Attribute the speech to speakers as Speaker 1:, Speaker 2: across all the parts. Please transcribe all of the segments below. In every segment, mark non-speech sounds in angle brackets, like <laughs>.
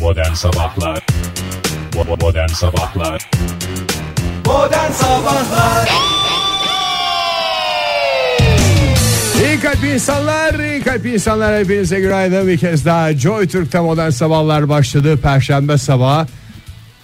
Speaker 1: Modern Sabahlar Bo- Modern Sabahlar
Speaker 2: Modern Sabahlar
Speaker 3: İyi kalp insanlar, iyi kalp insanlar hepinize günaydın bir kez daha. Joy Türk'te modern sabahlar başladı. Perşembe sabahı.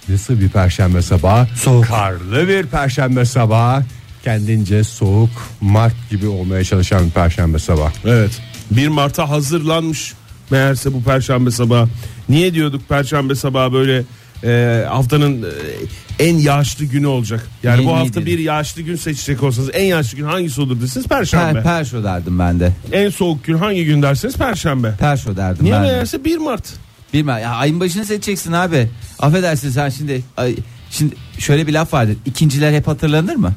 Speaker 3: Nasıl bir perşembe sabahı?
Speaker 2: Soğuk.
Speaker 3: Karlı bir perşembe sabahı. Kendince soğuk, mart gibi olmaya çalışan bir perşembe sabahı.
Speaker 4: Evet. 1 Mart'a hazırlanmış meğerse bu perşembe sabahı. Niye diyorduk perşembe sabahı böyle e, haftanın e, en yağışlı günü olacak. Yani
Speaker 2: Niye-
Speaker 4: bu
Speaker 2: niye
Speaker 4: hafta
Speaker 2: dedim?
Speaker 4: bir yağışlı gün seçecek olsanız en yağışlı gün hangisi olur dersiniz perşembe.
Speaker 2: per, Perşo derdim ben de
Speaker 4: en soğuk gün hangi gün dersiniz perşembe.
Speaker 2: Perşo derdim
Speaker 4: Niye
Speaker 2: ben de
Speaker 4: meğerse 1 Mart.
Speaker 2: Bilmem ya ayın başını seçeceksin abi Affedersin sen şimdi ay, Şimdi şöyle bir laf vardır İkinciler hep hatırlanır mı?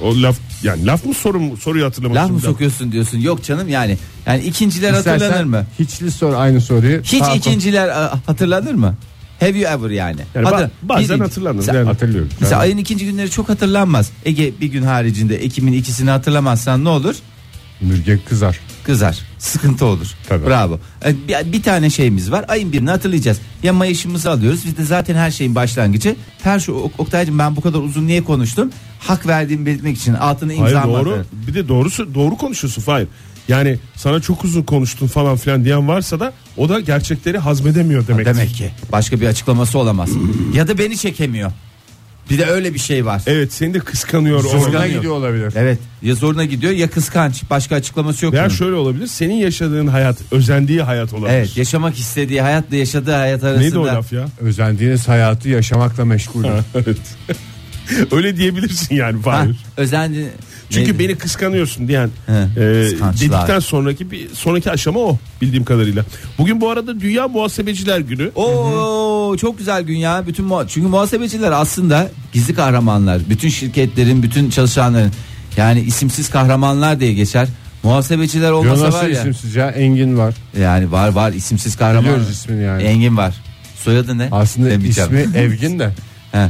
Speaker 4: O laf yani laf mı soru mu soruyu hatırlamak
Speaker 2: Laf
Speaker 4: için
Speaker 2: mı
Speaker 4: bir laf.
Speaker 2: sokuyorsun diyorsun yok canım yani Yani ikinciler hatırlanır
Speaker 3: İstersen
Speaker 2: mı?
Speaker 3: Hiçli sor aynı soruyu.
Speaker 2: Hiç
Speaker 3: Daha-
Speaker 2: ikinciler a, hatırlanır mı? Have you ever yani?
Speaker 4: Yani ba-
Speaker 2: Hatırla-
Speaker 4: bazen
Speaker 2: Birinci-
Speaker 4: hatırlanır.
Speaker 2: Mesela-
Speaker 4: Yani
Speaker 3: Hatırlıyorum.
Speaker 2: Mesela ayın ikinci günleri çok hatırlanmaz Ege bir gün haricinde Ekim'in ikisini hatırlamazsan ne olur?
Speaker 3: Mürge kızar.
Speaker 2: kızar. Sıkıntı olur.
Speaker 3: Tabii.
Speaker 2: Bravo. E, Bir, bir tane şeyimiz var. Ayın birini hatırlayacağız. Ya Mayış'ımızı alıyoruz. Biz de zaten her şeyin başlangıcı. Her şu Ok- Oktay'cığım ben bu kadar uzun niye konuştum? Hak verdiğimi belirtmek için altına
Speaker 4: Hayır
Speaker 2: imza
Speaker 4: doğru. Bir de doğrusu doğru konuşuyorsun Fahir. Yani sana çok uzun konuştun falan filan diyen varsa da o da gerçekleri hazmedemiyor demek.
Speaker 2: Demek ki başka bir açıklaması
Speaker 4: <clears throat>
Speaker 2: olamaz. ya da beni çekemiyor. Bir de öyle bir şey var.
Speaker 4: Evet seni de kıskanıyor.
Speaker 2: Zorla
Speaker 4: orada.
Speaker 3: Zoruna
Speaker 2: Zorlanıyor.
Speaker 3: gidiyor olabilir.
Speaker 2: Evet. Ya zoruna gidiyor ya kıskanç. Başka açıklaması yok.
Speaker 4: Veya
Speaker 2: bunun.
Speaker 4: şöyle olabilir. Senin yaşadığın hayat, özendiği hayat olabilir.
Speaker 2: Evet, yaşamak istediği hayatla yaşadığı hayat arasında.
Speaker 4: Neydi o laf ya?
Speaker 3: Özendiğiniz hayatı yaşamakla meşgulüm.
Speaker 4: <laughs> evet. Öyle diyebilirsin yani
Speaker 2: Ha,
Speaker 4: Fahir.
Speaker 2: özendi.
Speaker 4: Çünkü
Speaker 2: Neydi?
Speaker 4: beni kıskanıyorsun diyen
Speaker 2: He,
Speaker 4: e,
Speaker 2: kıskançlar.
Speaker 4: dedikten sonraki bir sonraki aşama o bildiğim kadarıyla. Bugün bu arada Dünya Muhasebeciler Günü.
Speaker 2: Oo çok güzel gün ya. Bütün muha- çünkü muhasebeciler aslında gizli kahramanlar. Bütün şirketlerin, bütün çalışanların yani isimsiz kahramanlar diye geçer. Muhasebeciler olmasa
Speaker 3: Yunus'un
Speaker 2: var ya.
Speaker 3: şey isimsiz ya Engin var.
Speaker 2: Yani var var isimsiz kahraman.
Speaker 3: Biliyoruz ismini yani.
Speaker 2: Engin var. Soyadı ne?
Speaker 3: Aslında
Speaker 2: Demeyeceğim.
Speaker 3: ismi
Speaker 2: <laughs>
Speaker 3: E- Evgin de.
Speaker 2: He.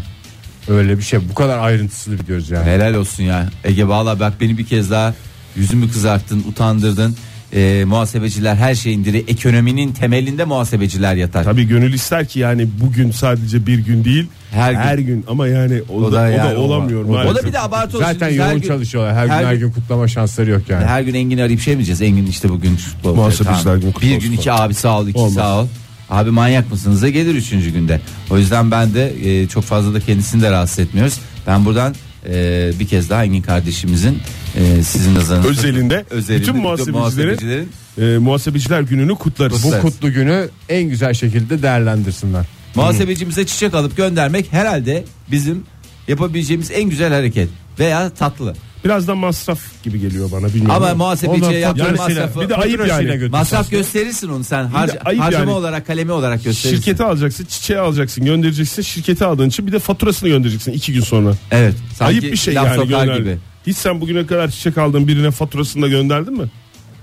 Speaker 3: Öyle bir şey. Bu kadar ayrıntısını biliyoruz yani.
Speaker 2: Helal olsun ya. Ege valla bak beni bir kez daha yüzümü kızarttın, utandırdın. Ee, muhasebeciler her şeyin diri. Ekonominin temelinde muhasebeciler yatar.
Speaker 4: Tabii gönül ister ki yani bugün sadece bir gün değil.
Speaker 2: Her
Speaker 4: Her
Speaker 2: gün.
Speaker 4: gün, ama yani o, da, o da
Speaker 2: yani O,
Speaker 4: olamıyor
Speaker 2: da- o
Speaker 4: maalesef.
Speaker 2: da bir de abartı olsun.
Speaker 3: Zaten
Speaker 2: Biz her
Speaker 3: yoğun
Speaker 2: gün-
Speaker 3: çalışıyorlar. Her, gün her gün kutlama şansları yok yani.
Speaker 2: Her gün Engin'i arayıp şey mi diyeceğiz? Engin işte bugün kutlu olsun.
Speaker 4: Muhasebeciler günü kutlu
Speaker 2: Bir
Speaker 4: olsun.
Speaker 2: gün iki abi sağ ol, iki
Speaker 4: Olmaz.
Speaker 2: sağ ol. Abi manyak mısınız? Da gelir üçüncü günde. O yüzden ben de e, çok fazla da kendisini de rahatsız etmiyoruz. Ben buradan e, bir kez daha Engin kardeşimizin e, sizin nazarınızda
Speaker 4: Özelinde,
Speaker 2: <laughs> özelinde
Speaker 4: bütün muhasebecilerin,
Speaker 2: muhasebecilerin
Speaker 4: e, muhasebeciler gününü kutlarız.
Speaker 3: Bu
Speaker 2: Kutlarız.
Speaker 3: kutlu günü en güzel şekilde değerlendirsinler.
Speaker 2: muhasebecimize çiçek alıp göndermek herhalde bizim yapabileceğimiz en güzel hareket veya tatlı.
Speaker 4: Biraz da masraf gibi geliyor bana bilmiyorum.
Speaker 2: Ama
Speaker 3: Ondan
Speaker 2: muhasebeciye yaptığın
Speaker 4: faturasıyla-
Speaker 2: masrafı
Speaker 4: bir de ayıp
Speaker 3: Faturasıyla
Speaker 4: yani.
Speaker 3: götürsün.
Speaker 2: masraf gösterirsin onu sen harca-
Speaker 4: ayıp
Speaker 2: harcama
Speaker 4: yani.
Speaker 2: olarak kalemi olarak gösterirsin.
Speaker 4: Şirketi alacaksın, çiçeği alacaksın, göndereceksin. Şirketi aldığın için bir de faturasını göndereceksin iki gün sonra.
Speaker 2: Evet. sanki
Speaker 4: Ayıp bir şey
Speaker 2: laf
Speaker 4: yani
Speaker 2: sokar
Speaker 4: gönder.
Speaker 2: gibi.
Speaker 4: Hiç sen bugüne kadar çiçek aldığın birine faturasını da gönderdin mi?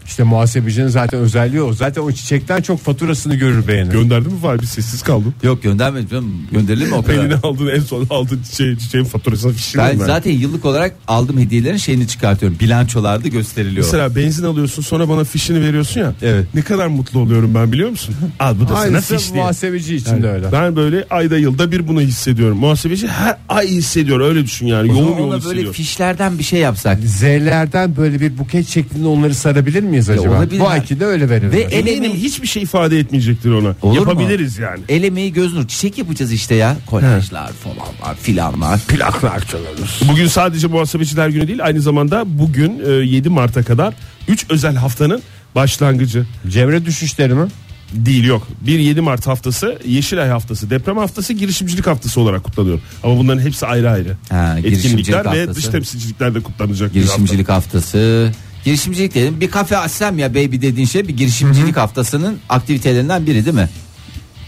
Speaker 3: İşte muhasebecinin zaten özelliği o. Zaten o çiçekten çok faturasını görür beğenir.
Speaker 4: Gönderdin mi Fahri? Bir sessiz kaldım.
Speaker 2: <laughs> Yok göndermedim. canım. Gönderilir mi o kadar?
Speaker 4: Eline aldığın en son aldığın çiçeği, çiçeğin şey faturasını fişini
Speaker 2: Ben
Speaker 4: ben.
Speaker 2: zaten yıllık olarak aldığım hediyelerin şeyini çıkartıyorum. Bilançolarda gösteriliyor.
Speaker 4: Mesela benzin alıyorsun sonra bana fişini veriyorsun ya.
Speaker 2: Evet.
Speaker 4: Ne kadar mutlu oluyorum ben biliyor musun? Al bu da sana fiş
Speaker 3: Aynısı
Speaker 4: diye.
Speaker 3: muhasebeci için de öyle.
Speaker 4: Ben böyle ayda yılda bir bunu hissediyorum. Muhasebeci her ay hissediyor öyle düşün yani.
Speaker 2: Ona-
Speaker 4: Yoğun yoğun
Speaker 2: ona böyle
Speaker 4: hissediyor.
Speaker 2: fişlerden bir şey yapsak.
Speaker 3: Z'lerden böyle bir buket şeklinde onları sarabilir miyiz acaba?
Speaker 2: olabilir.
Speaker 3: Bu ayki de öyle verir.
Speaker 2: Ve e-
Speaker 3: Ve
Speaker 2: el
Speaker 4: Eminim
Speaker 2: emeği,
Speaker 4: hiçbir şey ifade etmeyecektir ona.
Speaker 2: Olur mu?
Speaker 4: Yapabiliriz yani.
Speaker 2: el emeği göz nuru. Çiçek yapacağız işte ya. Kolajlar falan var filan var.
Speaker 4: plaklar çalarız. Bugün sadece muhasebeciler günü değil aynı zamanda bugün e, 7 Mart'a kadar 3 özel haftanın başlangıcı
Speaker 3: Cemre düşüşleri mi?
Speaker 4: değil yok. Bir 7 Mart haftası, Yeşilay haftası, deprem haftası, girişimcilik haftası olarak kutlanıyor. Ama bunların hepsi ayrı ayrı.
Speaker 2: Ha, girişimcilik
Speaker 4: Etkinlikler ve
Speaker 2: haftası.
Speaker 4: dış temsilcilikler de kutlanacak. bir
Speaker 2: Girişimcilik haftası. Girişimcilik dedim. Bir kafe açsam ya baby dediğin şey bir girişimcilik haftasının aktivitelerinden biri değil mi?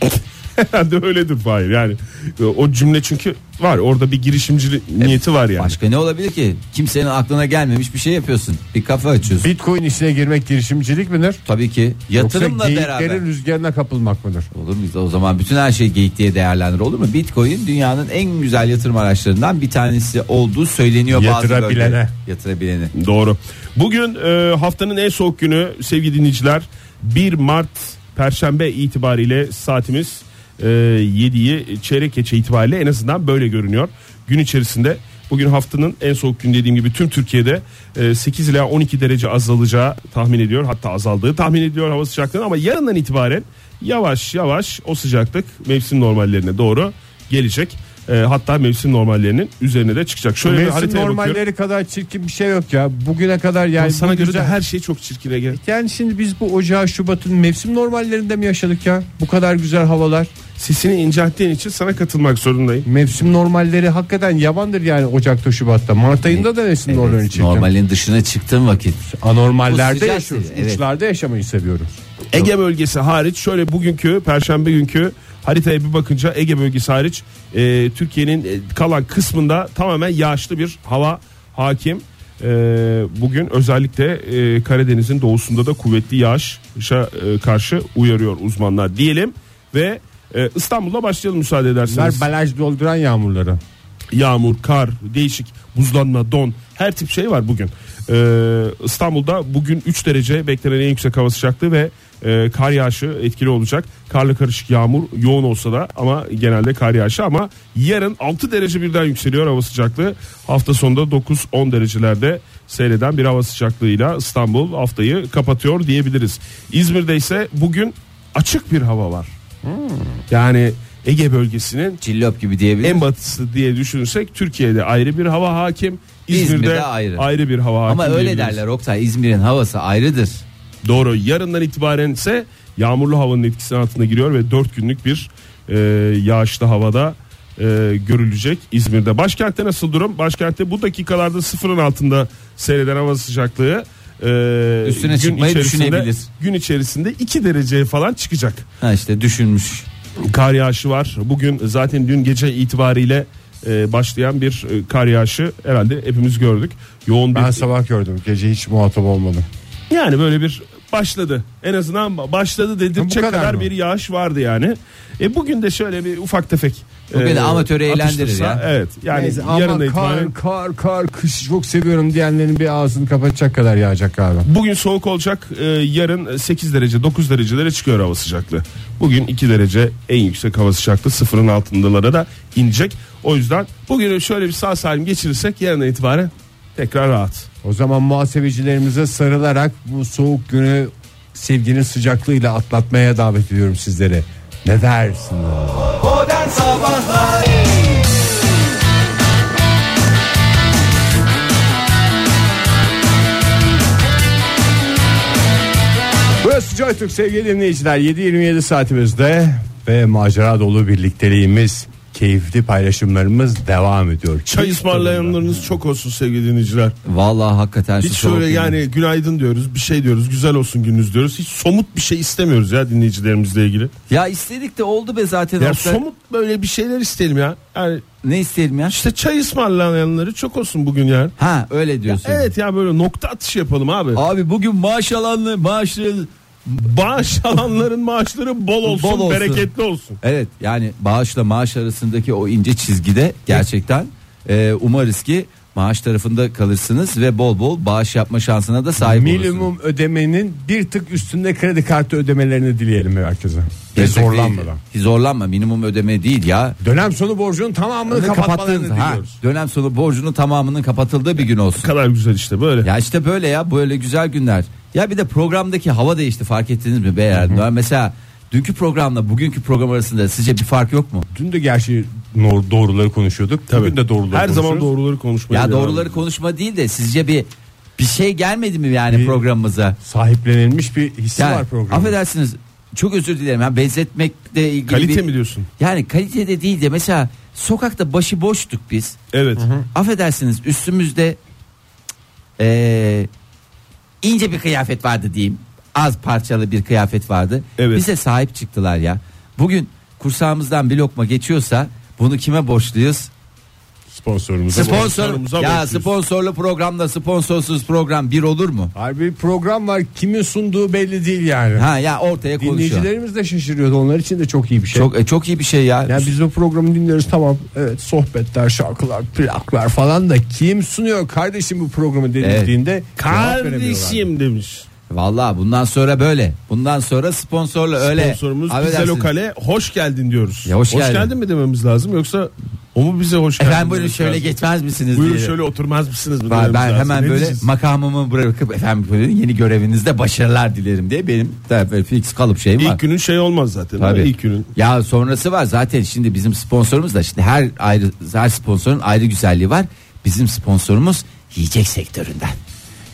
Speaker 4: hafta. Herhalde öyledir Fahir yani. e, O cümle çünkü var orada bir girişimcilik niyeti var yani.
Speaker 2: Başka ne olabilir ki? Kimsenin aklına gelmemiş bir şey yapıyorsun. Bir kafe açıyorsun.
Speaker 3: Bitcoin işine girmek girişimcilik midir?
Speaker 2: Tabii ki
Speaker 3: Yoksa
Speaker 2: yatırımla
Speaker 3: geyiklerin
Speaker 2: beraber.
Speaker 3: rüzgarına kapılmak mıdır?
Speaker 2: Olur mu? O zaman bütün her şey geyik diye değerlendir olur mu? Bitcoin dünyanın en güzel yatırım araçlarından bir tanesi olduğu söyleniyor bazı
Speaker 3: Yatırabilene.
Speaker 2: bölgelerde. Yatırabilene.
Speaker 4: Doğru. Bugün e, haftanın en soğuk günü sevgili dinleyiciler. 1 Mart Perşembe itibariyle saatimiz e, 7'yi çeyrek geçe itibariyle en azından böyle görünüyor. Gün içerisinde bugün haftanın en soğuk gün dediğim gibi tüm Türkiye'de e, 8 ila 12 derece azalacağı tahmin ediyor. Hatta azaldığı tahmin ediliyor hava sıcaklığı ama yarından itibaren yavaş yavaş o sıcaklık mevsim normallerine doğru gelecek. E, hatta mevsim normallerinin üzerine de çıkacak. Şöyle bir
Speaker 3: Mevsim
Speaker 4: haritaya
Speaker 3: normalleri
Speaker 4: bakıyorum.
Speaker 3: kadar çirkin bir şey yok ya. Bugüne kadar yani.
Speaker 4: sana
Speaker 3: bu
Speaker 4: göre
Speaker 3: güzel-
Speaker 4: de her şey çok çirkine gel.
Speaker 3: Yani şimdi biz bu ocağı Şubat'ın mevsim normallerinde mi yaşadık ya? Bu kadar güzel havalar.
Speaker 4: Sesini incelttiğin için sana katılmak zorundayım.
Speaker 3: Mevsim normalleri hakikaten yabandır yani Ocak'ta Şubat'ta. Mart ayında da mevsim normalleri çektim.
Speaker 2: Normalin dışına çıktığın vakit. Bu
Speaker 3: Anormallerde
Speaker 2: sıcak
Speaker 3: yaşıyoruz.
Speaker 2: sezon, evet.
Speaker 3: Uçlarda yaşamayı seviyoruz.
Speaker 4: Ege bölgesi hariç şöyle bugünkü perşembe günkü haritaya bir bakınca Ege bölgesi hariç e, Türkiye'nin e, kalan kısmında tamamen yağışlı bir hava hakim. E, bugün özellikle e, Karadeniz'in doğusunda da kuvvetli yağışa e, karşı uyarıyor uzmanlar diyelim ve e, İstanbul'la başlayalım müsaade
Speaker 3: Bunlar
Speaker 4: ederseniz.
Speaker 3: balaj dolduran yağmurları.
Speaker 4: Yağmur, kar, değişik buzlanma, don her tip şey var bugün. Ee, İstanbul'da bugün 3 derece beklenen en yüksek hava sıcaklığı ve e, kar yağışı etkili olacak. Karla karışık yağmur yoğun olsa da ama genelde kar yağışı ama yarın 6 derece birden yükseliyor hava sıcaklığı. Hafta sonunda 9-10 derecelerde seyreden bir hava sıcaklığıyla İstanbul haftayı kapatıyor diyebiliriz. İzmir'de ise bugün açık bir hava var. Yani Ege bölgesinin
Speaker 2: Cillop gibi diyebilir.
Speaker 4: en batısı diye düşünürsek Türkiye'de ayrı bir hava hakim. İzmir'de,
Speaker 2: İzmir'de
Speaker 4: ayrı.
Speaker 2: ayrı.
Speaker 4: bir hava hakim.
Speaker 2: Ama öyle
Speaker 4: diyebiliriz.
Speaker 2: derler Oktay İzmir'in havası ayrıdır.
Speaker 4: Doğru. Yarından itibaren ise yağmurlu havanın etkisi altına giriyor ve 4 günlük bir e, yağışlı havada e, görülecek İzmir'de. Başkentte nasıl durum? Başkentte bu dakikalarda sıfırın altında seyreden hava sıcaklığı e,
Speaker 2: Üstüne çıkmayı
Speaker 4: içerisinde-
Speaker 2: düşünebilir.
Speaker 4: Gün içerisinde 2 dereceye falan çıkacak.
Speaker 2: Ha işte düşünmüş.
Speaker 4: kar yağışı var. Bugün zaten dün gece itibariyle e, başlayan bir e, kar yağışı herhalde hepimiz gördük. Yoğun bir
Speaker 3: Ben sabah gördüm. Gece hiç muhatap olmadım.
Speaker 4: yani böyle bir başladı. En azından başladı dedirtecek
Speaker 3: kadar
Speaker 4: kadar,
Speaker 3: mı?
Speaker 4: bir yağış vardı yani. E bugün de şöyle bir ufak tefek e,
Speaker 2: Bugün amatörü
Speaker 4: atıştırsa,
Speaker 2: eğlendirir ya.
Speaker 4: Evet. Yani
Speaker 3: Neyse,
Speaker 4: yarın
Speaker 3: ama
Speaker 4: da itibaren
Speaker 3: kar, kar, kar, kış çok seviyorum diyenlerin bir ağzını kapatacak kadar yağacak galiba.
Speaker 4: Bugün soğuk olacak. e, yarın 8 derece 9 derecelere çıkıyor hava sıcaklığı. Bugün 2 derece en yüksek hava sıcaklığı sıfırın altındalara da inecek. O yüzden bugünü şöyle bir sağ salim geçirirsek yarına itibaren tekrar rahat.
Speaker 3: O zaman muhasebecilerimize sarılarak bu soğuk günü sevginin sıcaklığıyla atlatmaya davet ediyorum sizleri. Ne dersin? Burası JoyTürk sevgili dinleyiciler 7.27 saatimizde ve macera dolu birlikteliğimiz keyifli paylaşımlarımız devam ediyor.
Speaker 4: Çay ısmarlayanlarınız çok olsun sevgili dinleyiciler.
Speaker 2: Vallahi hakikaten şu
Speaker 4: Hiç
Speaker 2: soğuk
Speaker 4: şöyle
Speaker 2: günde.
Speaker 4: yani günaydın diyoruz, bir şey diyoruz, güzel olsun gününüz diyoruz. Hiç somut bir şey istemiyoruz ya dinleyicilerimizle ilgili.
Speaker 2: Ya istedik de oldu be zaten.
Speaker 4: Ya
Speaker 2: Oktay.
Speaker 4: somut böyle bir şeyler isteyelim ya. Yani
Speaker 2: Ne isteyelim ya?
Speaker 4: işte çay ısmarlayanları çok olsun bugün yani.
Speaker 2: Ha öyle diyorsun.
Speaker 4: Evet ya böyle nokta atışı yapalım Şey- abi.
Speaker 2: Abi bugün maaş alanlı maaşlı
Speaker 4: Bağış <laughs> alanların maaşları bol olsun,
Speaker 2: Bol olsun.
Speaker 4: bereketli olsun.
Speaker 2: Evet yani bağışla maaş arasındaki o ince çizgide gerçekten e, umarız ki maaş tarafında kalırsınız ve bol bol bağış yapma şansına da sahip olursunuz.
Speaker 3: Minimum ödemenin bir tık üstünde kredi kartı ödemelerini dileyelim herkese. Ve
Speaker 2: Gerçek
Speaker 3: zorlanmadan.
Speaker 2: değil. Hiç zorlanma minimum ödeme değil ya.
Speaker 3: Dönem sonu borcunun tamamını kapatmalarını
Speaker 2: Kapattığın- ha,
Speaker 3: diliyoruz.
Speaker 2: dönem sonu borcunun tamamının kapatıldığı bir gün olsun.
Speaker 4: Ne kadar güzel işte böyle.
Speaker 2: Ya işte böyle ya böyle güzel günler. Ya bir de programdaki hava değişti fark ettiniz mi beyler? Ben Mesela dünkü programla bugünkü program arasında sizce bir fark yok mu?
Speaker 3: Dün de gerçi nor- doğruları konuşuyorduk. Bugün de doğruları
Speaker 4: Her zaman
Speaker 3: konuşuyoruz.
Speaker 4: doğruları konuşmaya
Speaker 2: Ya
Speaker 4: devam
Speaker 2: doğruları
Speaker 4: ediyoruz.
Speaker 2: konuşma değil de sizce bir bir şey gelmedi mi yani
Speaker 3: Bir-
Speaker 2: programımıza?
Speaker 3: Sahiplenilmiş bir hissi
Speaker 2: Yani,
Speaker 3: var programda.
Speaker 2: affedersiniz çok özür dilerim. Yani benzetmekle ilgili
Speaker 4: Kalite
Speaker 2: bir-
Speaker 4: mi diyorsun?
Speaker 2: Yani kalitede değil de mesela sokakta başı boştuk biz.
Speaker 4: Evet.
Speaker 2: Affedersiniz üstümüzde eee, ince bir kıyafet vardı diyeyim. Az parçalı bir kıyafet vardı.
Speaker 4: Evet.
Speaker 2: Bize sahip çıktılar ya. Bugün kursağımızdan bir lokma geçiyorsa bunu kime borçluyuz?
Speaker 3: Sponsorumuza borç.
Speaker 2: Sponsor.
Speaker 4: Sponsorumuza
Speaker 2: Ya
Speaker 4: borçluyuz.
Speaker 2: sponsorlu programla sponsorsuz program bir olur mu?
Speaker 3: Harbi bir program var kimin sunduğu belli değil yani.
Speaker 2: Ha ya ortaya konuşuyor.
Speaker 3: Dinleyicilerimiz de şaşırıyordu. Onlar için de çok iyi bir şey.
Speaker 2: Çok e, çok iyi bir şey ya.
Speaker 3: yani biz bu programı dinliyoruz tamam. Evet sohbetler, şarkılar, plaklar falan da kim sunuyor kardeşim bu programı denildiğinde cevap veremiyorlar.
Speaker 4: Kardeşim demiş.
Speaker 2: Vallahi bundan sonra böyle. Bundan sonra sponsorla öyle.
Speaker 4: Sponsorumuz bize
Speaker 2: Affedersiniz.
Speaker 4: lokale hoş geldin diyoruz.
Speaker 2: Ya hoş geldin.
Speaker 4: mi dememiz lazım yoksa o mu bize hoş geldin?
Speaker 2: Efendim buyurun
Speaker 4: dememiz
Speaker 2: şöyle
Speaker 4: lazım?
Speaker 2: geçmez misiniz
Speaker 4: Buyurun
Speaker 2: diye.
Speaker 4: şöyle oturmaz mısınız? mı
Speaker 2: Ben,
Speaker 4: dememiz
Speaker 2: ben
Speaker 4: lazım.
Speaker 2: hemen
Speaker 4: Ne
Speaker 2: böyle
Speaker 4: diyeceğiz?
Speaker 2: makamımı bırakıp efendim böyle yeni görevinizde başarılar dilerim diye benim de böyle fix kalıp şeyim var.
Speaker 4: İlk günün şey olmaz zaten.
Speaker 2: Tabii.
Speaker 4: Tabii. İlk günün.
Speaker 2: Ya sonrası var zaten şimdi bizim sponsorumuz da şimdi her ayrı her sponsorun ayrı güzelliği var. Bizim sponsorumuz yiyecek sektöründen.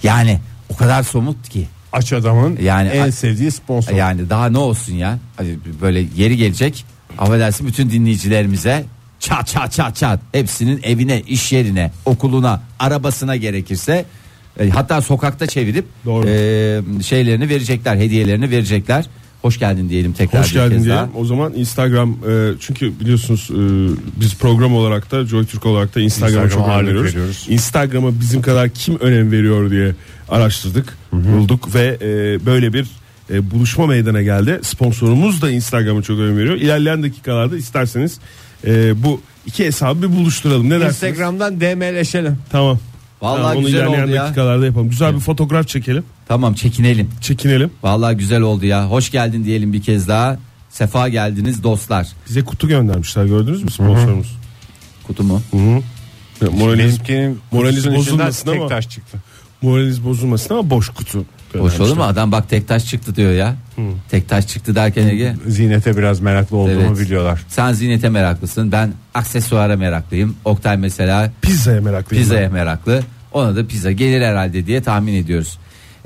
Speaker 2: Yani o kadar somut ki.
Speaker 3: Aç adamın
Speaker 2: Yani-
Speaker 3: en sevdiği sponsor.
Speaker 2: Yani daha ne olsun ya? Hani Böyle yeri gelecek. Affedersin bütün dinleyicilerimize çat çat çat çat hepsinin evine, iş yerine, okuluna, arabasına gerekirse e, hatta sokakta çevirip
Speaker 4: Doğru.
Speaker 2: e, şeylerini verecekler, hediyelerini verecekler. Hoş geldin diyelim tekrar.
Speaker 4: Hoş
Speaker 2: bir
Speaker 4: geldin
Speaker 2: kez
Speaker 4: diyelim.
Speaker 2: daha.
Speaker 4: O zaman Instagram e, çünkü biliyorsunuz e, biz program olarak da Joy Türk olarak da Instagram'a
Speaker 3: Instagram'a
Speaker 4: çok önem
Speaker 3: ağırlık
Speaker 4: veriyoruz.
Speaker 3: veriyoruz.
Speaker 4: Instagram'a bizim kadar kim önem veriyor diye araştırdık, bulduk ve e, böyle bir e, buluşma meydana geldi. Sponsorumuz da Instagram'a çok önem veriyor. İlerleyen dakikalarda isterseniz e, bu iki hesabı bir buluşturalım. Ne dersiniz?
Speaker 3: Instagram'dan DM'leşelim.
Speaker 4: Tamam.
Speaker 2: Vallahi
Speaker 4: Tamam, onu
Speaker 2: güzel
Speaker 4: ilerleyen
Speaker 2: oldu ya.
Speaker 4: dakikalarda yapalım. Güzel bir fotoğraf çekelim.
Speaker 2: Tamam çekinelim.
Speaker 4: Çekinelim.
Speaker 2: Vallahi güzel oldu ya. Hoş geldin diyelim bir kez daha. Sefa geldiniz dostlar.
Speaker 4: Bize kutu göndermişler gördünüz mü sponsorumuz?
Speaker 2: Kutu mu?
Speaker 4: Ya, Moraliniz,
Speaker 3: Bizimkinin
Speaker 4: moraliniz
Speaker 3: kutusunun içinden
Speaker 4: bozulmasın ama.
Speaker 3: Tek taş çıktı.
Speaker 4: moraliniz bozulmasın ama boş kutu.
Speaker 2: Hoş olur mu?
Speaker 4: göndermişler.
Speaker 2: Adam bak tek taş çıktı diyor ya. Tek taş çıktı derken Ege.
Speaker 3: Zinete biraz meraklı olduğumu
Speaker 2: Evet.
Speaker 3: biliyorlar.
Speaker 2: Sen ziynete meraklısın. Ben aksesuara meraklıyım. Oktay mesela
Speaker 4: Pizzaya meraklıyım.
Speaker 2: pizzaya meraklı. Ona da pizza gelir herhalde diye tahmin ediyoruz.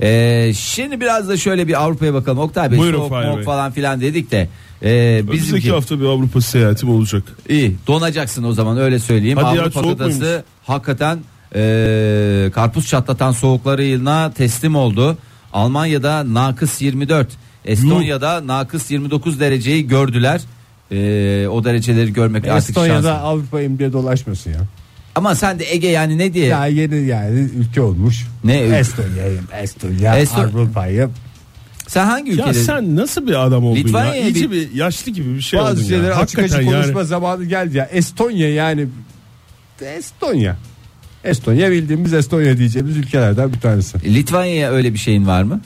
Speaker 2: Ee, şimdi biraz da şöyle bir Avrupa'ya bakalım. Oktay Bey
Speaker 4: Buyurun
Speaker 2: soğuk
Speaker 4: Fahir
Speaker 2: moğuk
Speaker 4: Bey.
Speaker 2: falan filan dedik de. Ee,
Speaker 4: Ben. Bizdeki
Speaker 2: bizimki
Speaker 4: hafta bir Avrupa seyahatim olacak.
Speaker 2: iyi donacaksın o zaman öyle söyleyeyim.
Speaker 4: Hadi ya,
Speaker 2: Avrupa
Speaker 4: soğuk
Speaker 2: kıtası
Speaker 4: muymuş?
Speaker 2: hakikaten ee, karpuz çatlatan soğuklarına teslim oldu. Almanya'da nakıs 24, Estonya'da nakıs 29 dereceyi gördüler. Ee, o dereceleri görmek
Speaker 3: E,
Speaker 2: artık şans.
Speaker 3: Estonya'da Avrupa'yım diye dolaşmasın ya.
Speaker 2: Ama sen de Ege yani ne diye?
Speaker 3: Ya yeni yani E, ülke olmuş.
Speaker 2: Ne ülke?
Speaker 3: Estonya'yım, Estonya,
Speaker 2: Esto-
Speaker 3: Avrupa'yım.
Speaker 2: sen hangi
Speaker 4: Ya
Speaker 2: ülkede?
Speaker 4: sen nasıl bir adam oldun ya?
Speaker 2: Litvanya'ya
Speaker 4: İyice
Speaker 2: bir-
Speaker 4: bir yaşlı gibi bir şey
Speaker 3: Bazı
Speaker 4: oldun
Speaker 3: şeyleri
Speaker 4: ya.
Speaker 3: açık açık konuşma zamanı geldi ya. Estonya yani Estonya. Estonya bildiğimiz Estonya diyeceğimiz ülkelerden bir tanesi.
Speaker 2: Litvanya'ya öyle bir şeyin var mı?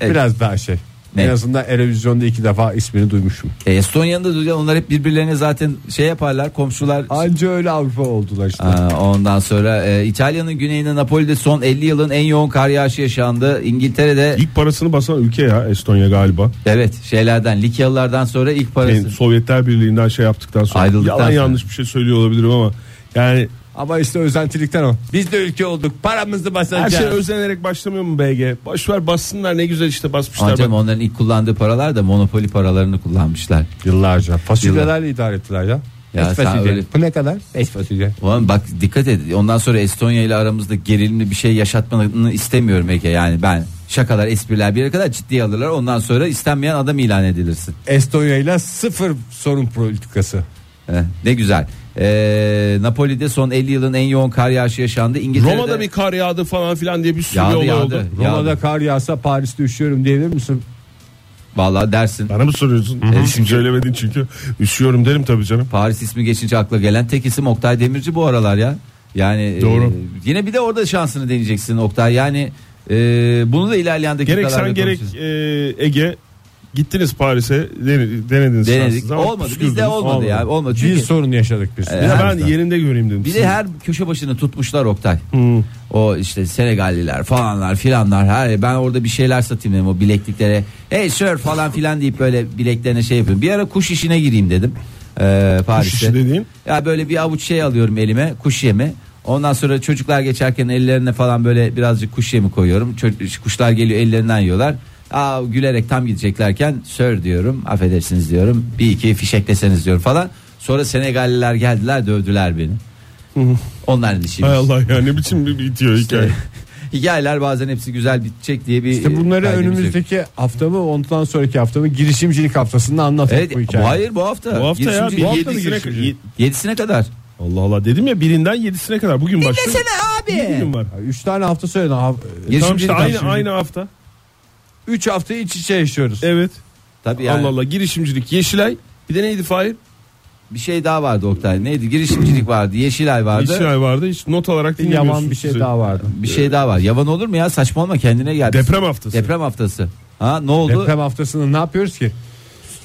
Speaker 2: Evet.
Speaker 3: Biraz daha şey.
Speaker 2: Ne?
Speaker 3: En azından Erevizyon'da iki defa ismini duymuşum.
Speaker 2: E, Estonya'da da onlar hep birbirlerine zaten şey yaparlar komşular.
Speaker 3: Anca öyle Avrupa oldular işte.
Speaker 2: Aa, ondan sonra e, İtalya'nın güneyinde Napoli'de son 50 yılın en yoğun kar yağışı yaşandı. İngiltere'de
Speaker 4: İlk parasını basan ülke ya Estonya galiba.
Speaker 2: evet şeylerden Likyalılardan sonra ilk parası.
Speaker 4: Yani Sovyetler Birliği'nden şey yaptıktan sonra.
Speaker 2: Ayrıldıktan
Speaker 4: Yalan
Speaker 2: sonra.
Speaker 4: yanlış bir şey söylüyor olabilirim ama yani
Speaker 3: Ama işte özentilikten o. Biz de ülke olduk. Paramızı
Speaker 4: her
Speaker 3: basacağız.
Speaker 4: şey özenerek başlamıyor mu BG? Boşver bassınlar ne güzel işte basmışlar.
Speaker 2: Ancak
Speaker 4: Bak-
Speaker 2: onların ilk kullandığı paralar da monopoli paralarını kullanmışlar.
Speaker 3: Yıllarca. Fasulyelerle idare ettiler ya.
Speaker 2: Ya
Speaker 3: Beş
Speaker 2: sen
Speaker 3: fasulye.
Speaker 2: öyle-
Speaker 3: Bu ne kadar? Beş fasulye.
Speaker 2: Ulan bak dikkat et. Ondan sonra Estonya ile aramızda gerilimli bir şey yaşatmanı istemiyorum Ege. Yani ben şakalar, espriler bir yere kadar ciddiye alırlar. Ondan sonra istenmeyen adam ilan edilirsin.
Speaker 3: Estonya ile sıfır sorun politikası.
Speaker 2: Eh, ne güzel. Ee, Napoli'de son 50 yılın en yoğun kar yağışı yaşandı. İngiltere'de
Speaker 4: Roma'da bir kar yağdı falan filan diye bir sürü
Speaker 2: Yağdı,
Speaker 4: olay
Speaker 2: yağdı.
Speaker 4: oldu.
Speaker 3: Roma'da
Speaker 2: Yağdı.
Speaker 3: kar yağsa Paris'te üşüyorum diyebilir misin?
Speaker 2: vallahi dersin.
Speaker 4: Bana mı soruyorsun? E, şimdi söylemedin çünkü üşüyorum derim tabii canım.
Speaker 2: Paris ismi geçince akla gelen tek isim Oktay Demirci bu aralar ya. Yani
Speaker 4: Doğru.
Speaker 2: e, yine bir de orada şansını deneyeceksin Oktay. Yani e, bunu da ilerleyen dakikalarda
Speaker 4: Gerek sen gerek
Speaker 2: konuşuruz.
Speaker 4: e, Ege gittiniz Paris'e dene- denediniz.
Speaker 2: denedik.
Speaker 4: şansınızı ama
Speaker 2: Olmadı.
Speaker 4: püskürdünüz.
Speaker 2: Bizde olmadı, ya. Olmadı.
Speaker 3: Bir
Speaker 2: Çünkü-
Speaker 3: sorun yaşadık biz.
Speaker 4: Bir de
Speaker 2: Her
Speaker 4: ben
Speaker 2: zaman.
Speaker 4: yerinde göreyim dedim.
Speaker 2: Bir
Speaker 4: Siz-
Speaker 2: de her köşe başını tutmuşlar Oktay.
Speaker 4: Hı.
Speaker 2: O işte Senegalliler falanlar filanlar her ben orada bir şeyler satayım dedim o bilekliklere. Hey sir falan filan deyip böyle bileklerine şey yapıyorum. Bir ara kuş işine gireyim dedim. Ee, Paris'te.
Speaker 4: işi dediğin?
Speaker 2: Ya böyle bir avuç şey alıyorum elime kuş yemi. Ondan sonra çocuklar geçerken ellerine falan böyle birazcık kuş yemi koyuyorum. Çö- kuşlar geliyor ellerinden yiyorlar. Aa gülerek tam gideceklerken sir diyorum affedersiniz diyorum. Bir iki fişekleseniz diyorum falan. Sonra Senegalliler geldiler dövdüler beni. Onların işiymiş.
Speaker 4: Hay Allah ya ne biçim bir bitiyor hikaye.
Speaker 2: <laughs> Hikayeler bazen hepsi güzel bitecek diye bir
Speaker 3: İşte bunları
Speaker 2: e, kaydımız yok.
Speaker 3: önümüzdeki hafta mı ondan sonraki hafta mı girişimcilik haftasında anlattık
Speaker 2: Evet,
Speaker 3: bu
Speaker 2: bu
Speaker 3: hikaye.
Speaker 2: hayır bu hafta.
Speaker 4: Bu hafta ya,
Speaker 2: Girişimci-
Speaker 4: bu hafta da
Speaker 2: yedi-
Speaker 4: girişimci.
Speaker 2: yedi- Yedisine kadar.
Speaker 4: Allah Allah dedim ya birinden yedisine kadar bugün başlıyor.
Speaker 2: Dinlesene abi.
Speaker 4: Bugün var.
Speaker 3: Ya Üç tane hafta söyledin. Ha- e,
Speaker 4: Tamam işte
Speaker 2: Girişimcilik
Speaker 4: aynı,
Speaker 2: hafta.
Speaker 4: aynı hafta.
Speaker 3: Üç hafta iç içe yaşıyoruz.
Speaker 4: Evet.
Speaker 2: Tabii yani.
Speaker 4: Allah Allah girişimcilik Yeşilay. Bir de neydi Fahir?
Speaker 2: bir şey daha vardı Oktay. Neydi? Girişimcilik vardı. Yeşilay vardı.
Speaker 4: Yeşilay vardı hiç not olarak dinlemiyorsunuz.
Speaker 5: Yaman bir şey
Speaker 4: sizi.
Speaker 5: daha vardı.
Speaker 2: Bir şey daha var. Yavan olur mu ya? Saçmalama kendine gel.
Speaker 4: Deprem haftası.
Speaker 2: Deprem haftası. Ha ne oldu?
Speaker 3: Deprem haftasında ne yapıyoruz ki?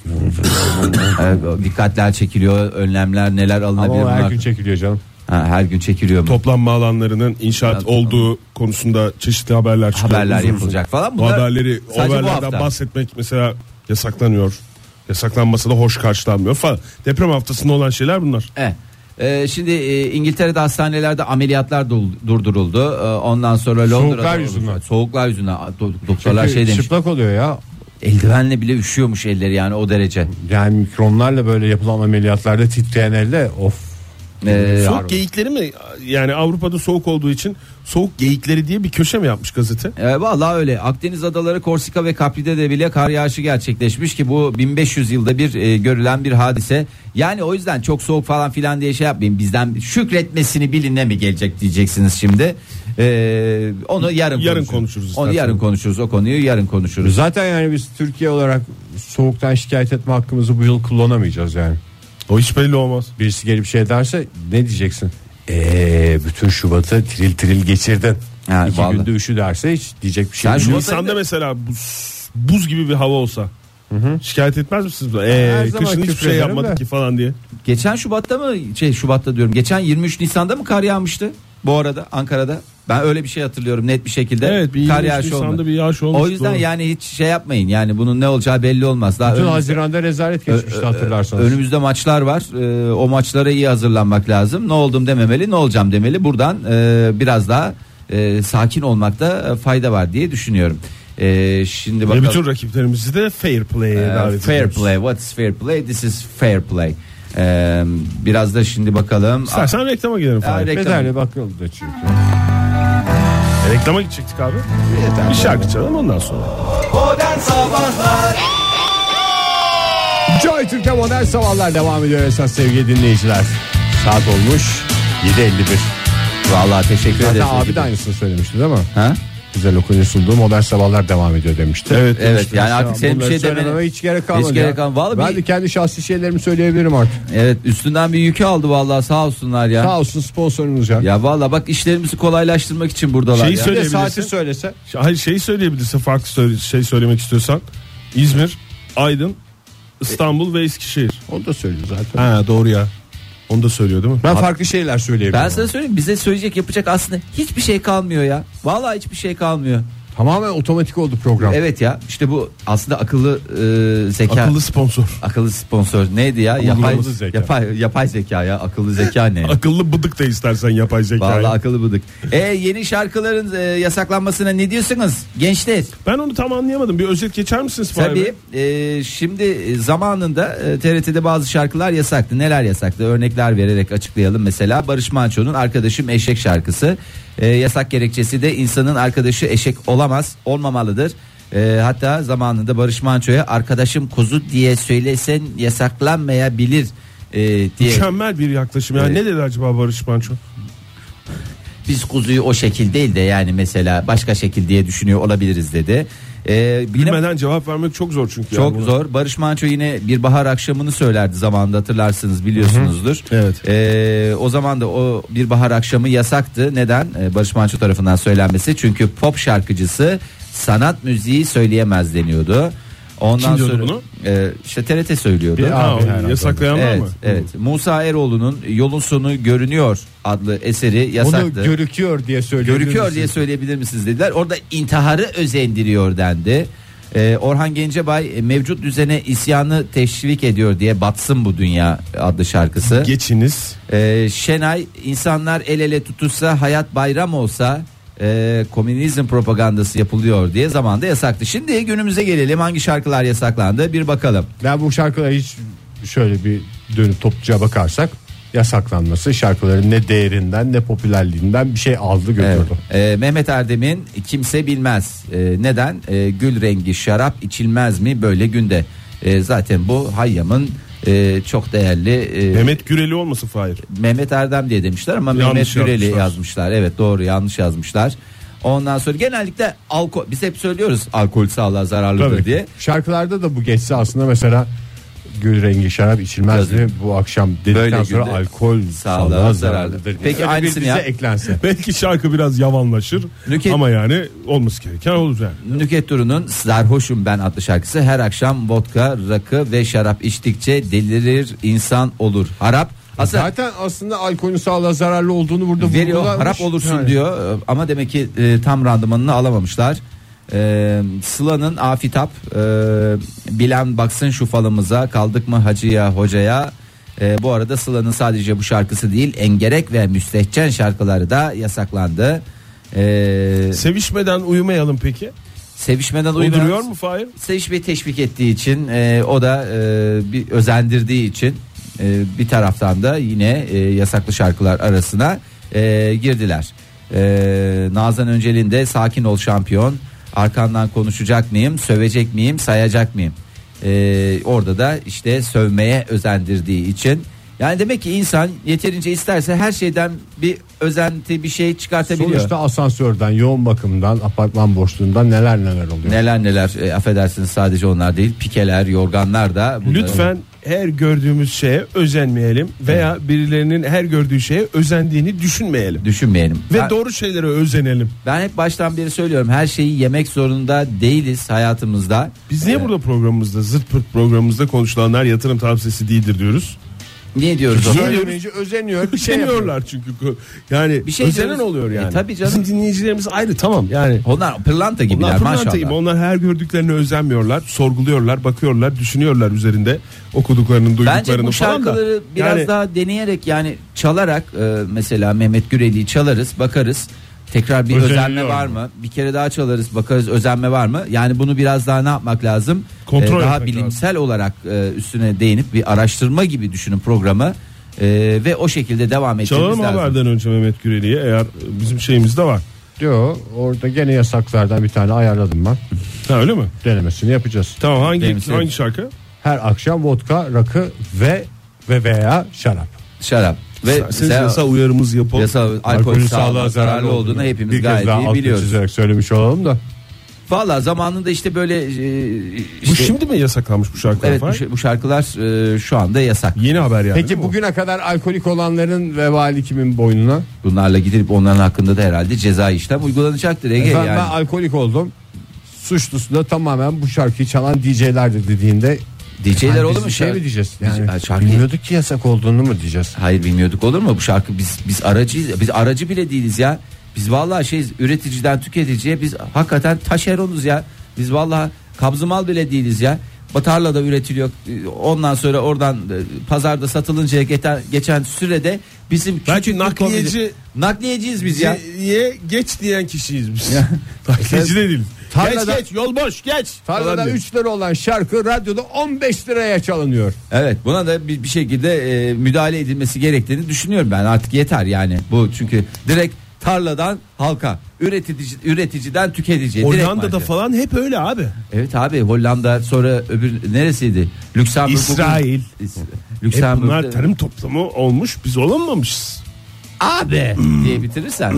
Speaker 2: Ee, dikkatler çekiliyor, önlemler neler
Speaker 3: Ama
Speaker 2: alınabilir
Speaker 3: o her
Speaker 2: bunlar.
Speaker 3: gün çekiliyor canım.
Speaker 2: Ha, her gün çekiliyor mu?
Speaker 4: Toplanma alanlarının inşaat
Speaker 2: Biraz-
Speaker 4: olduğu konusunda çeşitli haberler çıkıyor.
Speaker 2: Haberler
Speaker 4: Uzun uzun.
Speaker 2: yapılacak falan.
Speaker 4: Bu
Speaker 2: Bunlar
Speaker 4: haberleri o
Speaker 2: sadece bu
Speaker 4: haberlerden
Speaker 2: hafta.
Speaker 4: bahsetmek mesela yasaklanıyor. Yasaklanmasa da hoş karşılanmıyor falan. Deprem haftasında olan şeyler bunlar.
Speaker 2: Evet. Ee, şimdi e, İngiltere'de hastanelerde ameliyatlar dul- durduruldu. Ee, ondan sonra Londra'da
Speaker 3: Soğuklar
Speaker 2: oldu.
Speaker 3: yüzünden.
Speaker 2: Soğuklar yüzünden. A, do- Doktorlar
Speaker 3: Çünkü
Speaker 2: şey demiş.
Speaker 3: Çıplak oluyor ya.
Speaker 2: Eldivenle bile üşüyormuş elleri yani o derece.
Speaker 3: Yani mikronlarla böyle yapılan ameliyatlarda titreyen elde of.
Speaker 2: Ee,
Speaker 4: soğuk geyikleri mi? Yani Avrupa'da soğuk olduğu için soğuk geyikleri diye bir köşe mi yapmış gazete?
Speaker 2: E, vallahi öyle. Akdeniz adaları Korsika ve Kapri'de de bile kar yağışı gerçekleşmiş ki bu 1500 yılda bir e, görülen bir hadise. Yani o yüzden çok soğuk falan filan diye şey yapmayın. Bizden şükretmesini bilinle mi gelecek diyeceksiniz şimdi. E, onu yarın
Speaker 4: Yarın konuşuruz
Speaker 2: Onu
Speaker 4: istersen.
Speaker 2: yarın konuşuruz. O konuyu yarın konuşuruz.
Speaker 3: Zaten yani biz Türkiye olarak soğuktan şikayet etme hakkımızı bu yıl kullanamayacağız yani.
Speaker 4: O hiç belli olmaz.
Speaker 3: Birisi gelip şey derse ne diyeceksin? Eee bütün Şubat'ı tril tril geçirdin.
Speaker 2: Ha,
Speaker 3: İki
Speaker 2: vallahi.
Speaker 3: günde üşü derse hiç diyecek bir şey
Speaker 2: Sen
Speaker 3: yok.
Speaker 2: Şubat
Speaker 4: Nisan'da
Speaker 2: ayında-
Speaker 4: mesela buz, buz gibi bir hava olsa şikayet etmez misiniz? Ee,
Speaker 3: Her zaman
Speaker 4: kışın hiçbir
Speaker 3: küfür
Speaker 4: şey
Speaker 3: ederim
Speaker 4: yapmadık
Speaker 3: de.
Speaker 4: ki falan diye.
Speaker 2: Geçen Şubat'ta mı şey Şubat'ta diyorum. Geçen 23 Nisan'da mı kar yağmıştı? Bu arada Ankara'da. Ben öyle bir şey hatırlıyorum net bir şekilde.
Speaker 4: Evet bir
Speaker 2: kar
Speaker 4: 23
Speaker 2: yağışı
Speaker 4: Nisan'da
Speaker 2: olmadı.
Speaker 4: bir yağış olmuş.
Speaker 2: O yüzden
Speaker 4: doğru.
Speaker 2: yani hiç şey yapmayın. Yani bunun ne olacağı belli olmaz. Daha
Speaker 3: Bütün
Speaker 2: önümüzde-
Speaker 3: Haziran'da rezalet geçmişti hatırlarsanız.
Speaker 2: Önümüzde maçlar var. Ee, o maçlara iyi hazırlanmak lazım. Ne oldum dememeli, ne olacağım demeli. Buradan e, biraz daha e, sakin olmakta e, fayda var diye düşünüyorum. E, şimdi
Speaker 4: Ve
Speaker 2: bakalım.
Speaker 4: bütün rakiplerimizi de fair play'e
Speaker 2: Ee,
Speaker 4: davet
Speaker 2: fair
Speaker 4: ediyoruz.
Speaker 2: play. What's fair play? This is fair play. Ee, biraz da şimdi bakalım.
Speaker 4: İstersen reklama gidelim falan.
Speaker 2: Aa, reklam.
Speaker 3: Bedelli bakıldı da çünkü.
Speaker 4: Reklama gidecektik abi. Bir şarkı çalalım ondan sonra.
Speaker 3: Joy Türk'te modern sabahlar devam ediyor esas sevgili dinleyiciler. Saat olmuş 7.51.
Speaker 2: Vallahi teşekkür
Speaker 3: Zaten
Speaker 2: ederim.
Speaker 3: abi de aynısını söylemişti değil mi?
Speaker 2: Ha?
Speaker 3: Güzel okuyu sunduğu modern sabahlar devam ediyor demişti.
Speaker 4: Evet.
Speaker 2: Evet yani artık
Speaker 3: Ya
Speaker 2: senin bir
Speaker 3: bunları
Speaker 2: şey
Speaker 3: söylememe
Speaker 2: demene
Speaker 3: hiç gerek kalmadı.
Speaker 2: Hiç gerek
Speaker 3: ya.
Speaker 2: kalmadı. Vallahi
Speaker 3: ben
Speaker 2: bir-
Speaker 3: de kendi şahsi şeylerimi söyleyebilirim artık.
Speaker 2: Evet üstünden bir yükü aldı vallahi sağ olsunlar ya.
Speaker 3: Sağ olsun sponsorumuz ya.
Speaker 2: Ya vallahi bak işlerimizi kolaylaştırmak için buradalar
Speaker 4: Şeyi
Speaker 2: ya.
Speaker 4: söyle-
Speaker 3: Bir de
Speaker 4: söyleyebilirsin.
Speaker 3: saati söylese.
Speaker 4: Hayır şey söyleyebilirsin farklı söyle- şey söylemek istiyorsan. İzmir, Aydın, İstanbul ve Eskişehir.
Speaker 3: Onu da söylüyor zaten.
Speaker 4: Ha doğru ya. Onu da söylüyor değil mi?
Speaker 3: Ben farklı şeyler söyleyebilirim.
Speaker 2: Ben sana söyleyeyim bize söyleyecek yapacak aslında hiçbir şey kalmıyor ya. Vallahi hiçbir şey kalmıyor.
Speaker 3: Tamamen otomatik oldu program.
Speaker 2: Evet ya işte bu aslında akıllı e, zeka.
Speaker 4: Akıllı
Speaker 2: Akıllı, <laughs>
Speaker 4: sponsor.
Speaker 2: sponsor neydi ya? Yapay,
Speaker 3: Uygulamalı zeka.
Speaker 2: yapay, yapay zeka ya akıllı zeka ne?
Speaker 4: <laughs> Akıllı bıdık da istersen yapay
Speaker 2: Vallahi
Speaker 4: zeka.
Speaker 2: akıllı bıdık. E yeni şarkıların e, yasaklanmasına ne diyorsunuz gençler?
Speaker 4: Ben onu tam anlayamadım. Bir özet geçer misin Fahir Bey?
Speaker 2: Tabii e, şimdi zamanında e, TRT'de bazı şarkılar yasaktı. Neler yasaktı? Örnekler vererek açıklayalım. Mesela Barış Manço'nun Arkadaşım Eşek şarkısı. E, yasak gerekçesi de insanın arkadaşı eşek olamaz, olmamalıdır. E, hatta zamanında Barış Manço'ya arkadaşım kuzu diye söylesen yasaklanmayabilir e, diye.
Speaker 4: Mükemmel bir yaklaşım. Yani
Speaker 2: Evet.
Speaker 4: ne dedi acaba Barış Manço?
Speaker 2: Biz kuzuyu o şekil değil de yani mesela başka şekil diye düşünüyor olabiliriz dedi. E, yine-
Speaker 4: Bilmeden cevap vermek çok zor çünkü.
Speaker 2: Çok
Speaker 4: yani buna.
Speaker 2: zor. Barış Manço yine bir bahar akşamını söylerdi zamanında hatırlarsınız biliyorsunuzdur.
Speaker 4: Evet.
Speaker 2: Ee, o zaman da o bir bahar akşamı yasaktı. Neden? Ee, Barış Manço tarafından söylenmesi. Çünkü pop şarkıcısı sanat müziği söyleyemez deniyordu. Ondan
Speaker 4: Kim diyordu
Speaker 2: sonra
Speaker 4: bunu?
Speaker 2: e, işte TRT söylüyordu.
Speaker 3: Bir
Speaker 4: Ha,
Speaker 3: abi herhalde.
Speaker 4: yasaklayanlar
Speaker 2: Evet,
Speaker 4: mı?
Speaker 2: evet. Musa Eroğlu'nun Yolun Sonu Görünüyor adlı eseri
Speaker 3: Onu
Speaker 2: yasaktı.
Speaker 3: görüküyor diye söylüyor.
Speaker 2: Görüküyor diye söyleyebilir misiniz dediler. Orada intiharı özendiriyor dendi. Ee, Orhan Gencebay e, mevcut düzene isyanı teşvik ediyor diye batsın bu dünya adlı şarkısı.
Speaker 4: Geçiniz.
Speaker 2: Ee, Şenay insanlar el ele tutuşsa hayat bayram olsa e, komünizm propagandası yapılıyor diye zamanda yasaktı. Şimdi günümüze gelelim hangi şarkılar yasaklandı bir bakalım.
Speaker 3: Ben bu şarkılara hiç şöyle bir dönüp topluca bakarsak yasaklanması şarkıların ne değerinden ne popülerliğinden bir şey aldı götürdü.
Speaker 2: Evet. Ee, Mehmet Erdem'in kimse bilmez. Ee, neden? Ee, gül rengi şarap içilmez mi böyle günde? Ee, zaten bu Hayyam'ın e, çok değerli e, Mehmet.
Speaker 4: Mehmet Güreli olmasın Fahir?
Speaker 2: Erdem diye demişler ama
Speaker 4: Yanlış
Speaker 2: Mehmet Güreli
Speaker 4: yazmışlar.
Speaker 2: yazmışlar. Evet doğru yanlış yazmışlar. Ondan sonra genellikle alkol biz hep söylüyoruz alkol sağlığa zararlıdır
Speaker 4: Tabii.
Speaker 2: diye.
Speaker 3: Şarkılarda da bu geçse aslında mesela gül rengi şarap içilmezdi
Speaker 2: Yazık.
Speaker 3: bu akşam dedikten
Speaker 2: Böyle
Speaker 3: sonra
Speaker 2: günde
Speaker 3: alkol
Speaker 2: sağlığa
Speaker 3: sağlığa
Speaker 2: zararlıdır.
Speaker 3: zararlıdır.
Speaker 2: Peki
Speaker 3: Böyle bir
Speaker 2: aynısını
Speaker 3: bilgisi
Speaker 2: yap.
Speaker 3: eklense.
Speaker 4: Belki şarkı biraz yavanlaşır
Speaker 2: Nüket-
Speaker 4: ama yani olması gereken olur yani.
Speaker 2: Nüket Duru'nun Sarhoşum Ben adlı şarkısı her akşam vodka, rakı ve şarap içtikçe delirir insan olur. Harap aslında
Speaker 3: Zaten aslında alkolün sağlığa zararlı olduğunu burada
Speaker 2: veriyor
Speaker 3: vurgulamış.
Speaker 2: harap olursun
Speaker 3: Yani.
Speaker 2: diyor Ee, ama demek ki e, tam randımanını alamamışlar. Ee, Sıla'nın afitap e, bilen baksın şu falımıza kaldık mı hacıya hocaya. Ee, bu arada Sıla'nın sadece bu şarkısı değil engerek ve müstehcen şarkıları da yasaklandı. Ee,
Speaker 4: Sevişmeden uyumayalım peki.
Speaker 2: sevişmeden
Speaker 4: Uyduruyor
Speaker 2: uyumayan
Speaker 4: mu Fahir?
Speaker 2: Sevişmeyi teşvik ettiği için e, o da e, bir özendirdiği için e, bir taraftan da yine e, yasaklı şarkılar arasına e, girdiler. E, Nazan Öncel'in de Sakin Ol Şampiyon arkandan konuşacak mıyım sövecek miyim sayacak mıyım E, orada da işte sövmeye özendirdiği için yani demek ki insan yeterince isterse her şeyden bir özenti bir şey çıkartabiliyor.
Speaker 3: Sonuçta asansörden, yoğun bakımdan, apartman boşluğundan neler neler oluyor.
Speaker 2: Neler neler e, affedersiniz sadece onlar değil pikeler yorganlar da bunların-
Speaker 4: Lütfen her gördüğümüz şeye özenmeyelim veya birilerinin her gördüğü şeye özendiğini düşünmeyelim.
Speaker 2: düşünmeyelim.
Speaker 4: Ve
Speaker 2: ben,
Speaker 4: doğru şeylere özenelim.
Speaker 2: ben hep baştan beri söylüyorum her şeyi yemek zorunda değiliz hayatımızda.
Speaker 4: Biz niye burada programımızda zırt pırt programımızda konuşulanlar yatırım tavsiyesi değildir diyoruz.
Speaker 2: Niye diyoruz o zaman?
Speaker 3: Söylemeyince özeniyor. Bir şey yapıyor.
Speaker 4: Düşünüyorlar çünkü ko- yani
Speaker 2: Bir şey
Speaker 4: özenen
Speaker 2: diyoruz.
Speaker 4: oluyor yani.
Speaker 2: E, tabii canım.
Speaker 4: Bizim dinleyicilerimiz ayrı tamam yani.
Speaker 2: Onlar pırlanta gibiler
Speaker 4: Onlar
Speaker 2: maşallah.
Speaker 4: pırlanta gibi onlar her gördüklerine özenmiyorlar, sorguluyorlar, bakıyorlar, düşünüyorlar üzerinde okuduklarının, duyduklarının
Speaker 2: Bence bu
Speaker 4: falan da.
Speaker 2: şarkıları biraz
Speaker 4: Yani
Speaker 2: daha deneyerek yani çalarak e, mesela Mehmet Güreli'yi çalarız bakarız. Tekrar bir
Speaker 3: Özenliyor
Speaker 2: özenme var mı? Bir kere daha çalarız bakarız özenme var mı? Yani bunu biraz daha ne yapmak lazım? E,
Speaker 4: Kontrol
Speaker 2: daha
Speaker 4: etmek
Speaker 2: bilimsel olarak e, üstüne değinip bir araştırma gibi düşünün programı. e, ve o şekilde devam etmemiz
Speaker 4: çalalım
Speaker 2: lazım.
Speaker 4: haberden önce Mehmet Güreli'ye eğer bizim şeyimizde var.
Speaker 3: Diyor orada gene yasaklardan bir tane ayarladım ben.
Speaker 4: Ha öyle mi?
Speaker 3: Denemesini yapacağız.
Speaker 4: Tamam hangi
Speaker 2: Benim sevdiğim.
Speaker 4: hangi şarkı?
Speaker 3: Her akşam vodka, rakı ve ve veya şarap.
Speaker 2: Şarap. Ve
Speaker 4: Siz
Speaker 2: mesela-
Speaker 4: yasa uyarımız yapalım.
Speaker 2: yasa alkol sağlığa zararlı olduğunu hepimiz
Speaker 3: bir kez
Speaker 2: gayet
Speaker 3: daha altını
Speaker 2: iyi biliyoruz.
Speaker 3: çizerek söylemiş olalım da.
Speaker 2: Valla zamanında işte böyle e,
Speaker 4: Bu
Speaker 2: işte-
Speaker 4: şimdi mi yasaklanmış bu şarkı?
Speaker 2: evet bu,
Speaker 4: Fahir?
Speaker 2: ş- bu şarkılar e, şu anda yasak.
Speaker 4: Yeni haber yani. değil
Speaker 3: Peki
Speaker 4: mi
Speaker 3: bugüne kadar alkolik olanların vebali kimin boynuna?
Speaker 2: Bunlarla gidilip onların hakkında da herhalde ceza işlem uygulanacaktır Ege
Speaker 3: Efendim ben
Speaker 2: E, yani.
Speaker 3: alkolik oldum. Suçlusu da tamamen bu şarkıyı çalan DJ'lerdi dediğinde
Speaker 2: DJ'ler
Speaker 3: Yani
Speaker 2: olur
Speaker 3: biz
Speaker 2: mu?
Speaker 3: bir Şey mi diyeceğiz? Yani,
Speaker 2: Biz- Ay, şarkı-
Speaker 3: Bilmiyorduk ki yasak olduğunu mu diyeceğiz?
Speaker 2: Hayır bilmiyorduk olur mu? Bu şarkı biz biz aracıyız. Biz aracı bile değiliz ya. Biz vallahi şeyiz üreticiden tüketiciye biz hakikaten taşeronuz ya. Biz vallahi kabzımal bile değiliz ya. Batarla da üretiliyor. Ondan sonra oradan e, pazarda satılıncaya geçen, geçen sürede bizim
Speaker 4: Belki
Speaker 2: küçük bir
Speaker 4: nakliyeci-
Speaker 2: komedi- nakliyeciyiz biz ya.
Speaker 4: Ye geç diyen kişiyiz biz. <laughs> Taklitçi de değiliz.
Speaker 3: Tarlada-
Speaker 4: geç geç yol boş geç.
Speaker 3: Tarlada
Speaker 4: Falan diyor.
Speaker 3: 3 lira olan şarkı radyoda 15 liraya çalınıyor.
Speaker 2: Evet buna da bir, bir şekilde e, müdahale edilmesi gerektiğini düşünüyorum ben artık yeter yani bu çünkü direkt tarladan halka üretici üreticiden tüketiciye direkt
Speaker 4: Hollanda'da
Speaker 2: marka.
Speaker 4: falan hep öyle abi.
Speaker 2: Evet abi Hollanda sonra öbür neresiydi? Lüksemburg.
Speaker 4: İsrail.
Speaker 2: İs-
Speaker 4: Hep bunlar
Speaker 2: Lüksemburg.
Speaker 4: tarım toplumu olmuş biz olamamışız.
Speaker 2: Abi Eh, diye bitirirsen.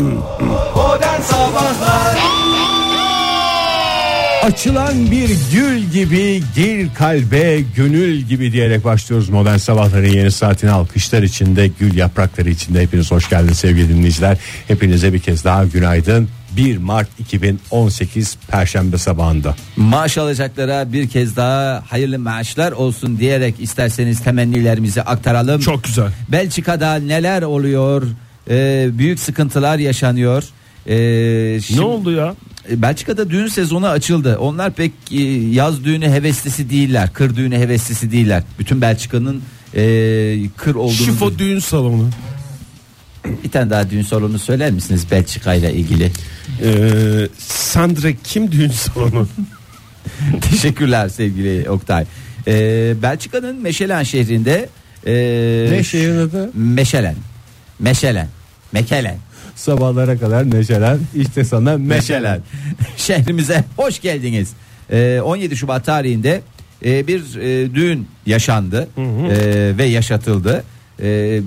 Speaker 3: Açılan bir gül gibi gir kalbe gönül gibi diyerek başlıyoruz modern sabahların yeni saatine alkışlar içinde gül yaprakları içinde hepiniz hoş geldiniz sevgili dinleyiciler. Hepinize bir kez daha günaydın. 1 Mart 2018 Perşembe sabahında.
Speaker 2: Maaş alacaklara bir kez daha hayırlı maaşlar olsun diyerek isterseniz temennilerimizi aktaralım.
Speaker 4: Çok güzel.
Speaker 2: Belçika'da neler oluyor? Ee, büyük sıkıntılar yaşanıyor. Ee, şimdi-
Speaker 4: ne oldu ya?
Speaker 2: E, Belçika'da düğün sezonu açıldı. Onlar pek e, yaz düğünü heveslisi değiller. Kır düğünü heveslisi değiller. Bütün Belçika'nın e, kır olduğunu...
Speaker 4: Şifo düğün salonu.
Speaker 2: Bir tane daha düğün salonu söyler misiniz Belçika ile ilgili?
Speaker 4: Ee, Sandre kim düğün salonu?
Speaker 2: Teşekkürler sevgili Oktay. E, Belçika'nın Meşelen şehrinde... E,
Speaker 3: Ne şehrin adı?
Speaker 2: Meşelen. Meşelen. Mekelen.
Speaker 3: Sabahlara kadar neşelen işte sana <laughs> meşelen.
Speaker 2: Meşelen. <laughs> Şehrimize hoş geldiniz. Ee, 17 Şubat tarihinde e, bir e, düğün yaşandı E, ve yaşatıldı. E,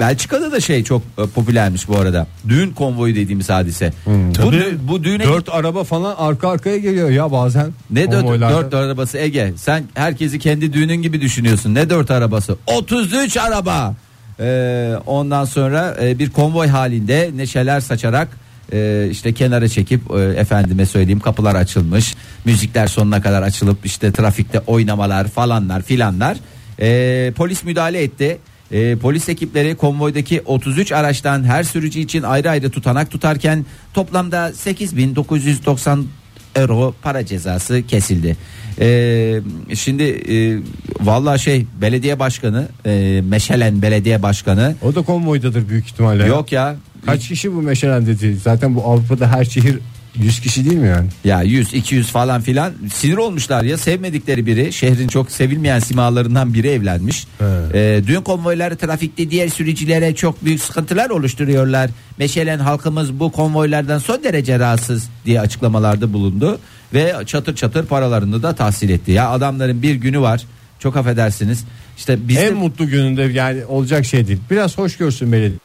Speaker 2: Belçika'da da şey çok e, popülermiş bu arada. Düğün konvoyu dediğimiz hadise. Bu,
Speaker 4: Tabii.
Speaker 2: dü- bu düğüne
Speaker 3: Dört araba falan arka arkaya geliyor ya bazen.
Speaker 2: ne dört,
Speaker 3: Konvoylarda.
Speaker 2: dört arabası Ege? Sen herkesi kendi düğünün gibi düşünüyorsun. Ne dört arabası? 33 araba. Ee, ondan sonra e, bir konvoy halinde neşeler saçarak e, işte kenara çekip e, efendime söyleyeyim kapılar açılmış. Müzikler sonuna kadar açılıp işte trafikte oynamalar falanlar filanlar. Ee, polis müdahale etti. Ee, polis ekipleri konvoydaki 33 araçtan her sürücü için ayrı ayrı tutanak tutarken toplamda 8990 euro para cezası kesildi. Ee, şimdi e, vallahi şey belediye başkanı e, Meşelen belediye başkanı
Speaker 3: O da konvoydadır büyük ihtimalle.
Speaker 2: yok ya
Speaker 3: Kaç kişi bu meşalen dedi. Zaten bu Avrupa'da her şehir 100 kişi değil mi yani?
Speaker 2: ya 100 200 falan filan sinir olmuşlar ya sevmedikleri biri şehrin çok sevilmeyen simalarından biri evlenmiş. Ee, düğün konvoyları trafikte diğer sürücülere çok büyük sıkıntılar oluşturuyorlar. Meşelen halkımız bu konvoylardan son derece rahatsız diye açıklamalarda bulundu ve çatır çatır paralarını da tahsil etti. Ya adamların bir günü var. Çok affedersiniz. İşte biz de-
Speaker 3: En mutlu gününde yani olacak şey değil. Biraz hoş görsün belediye.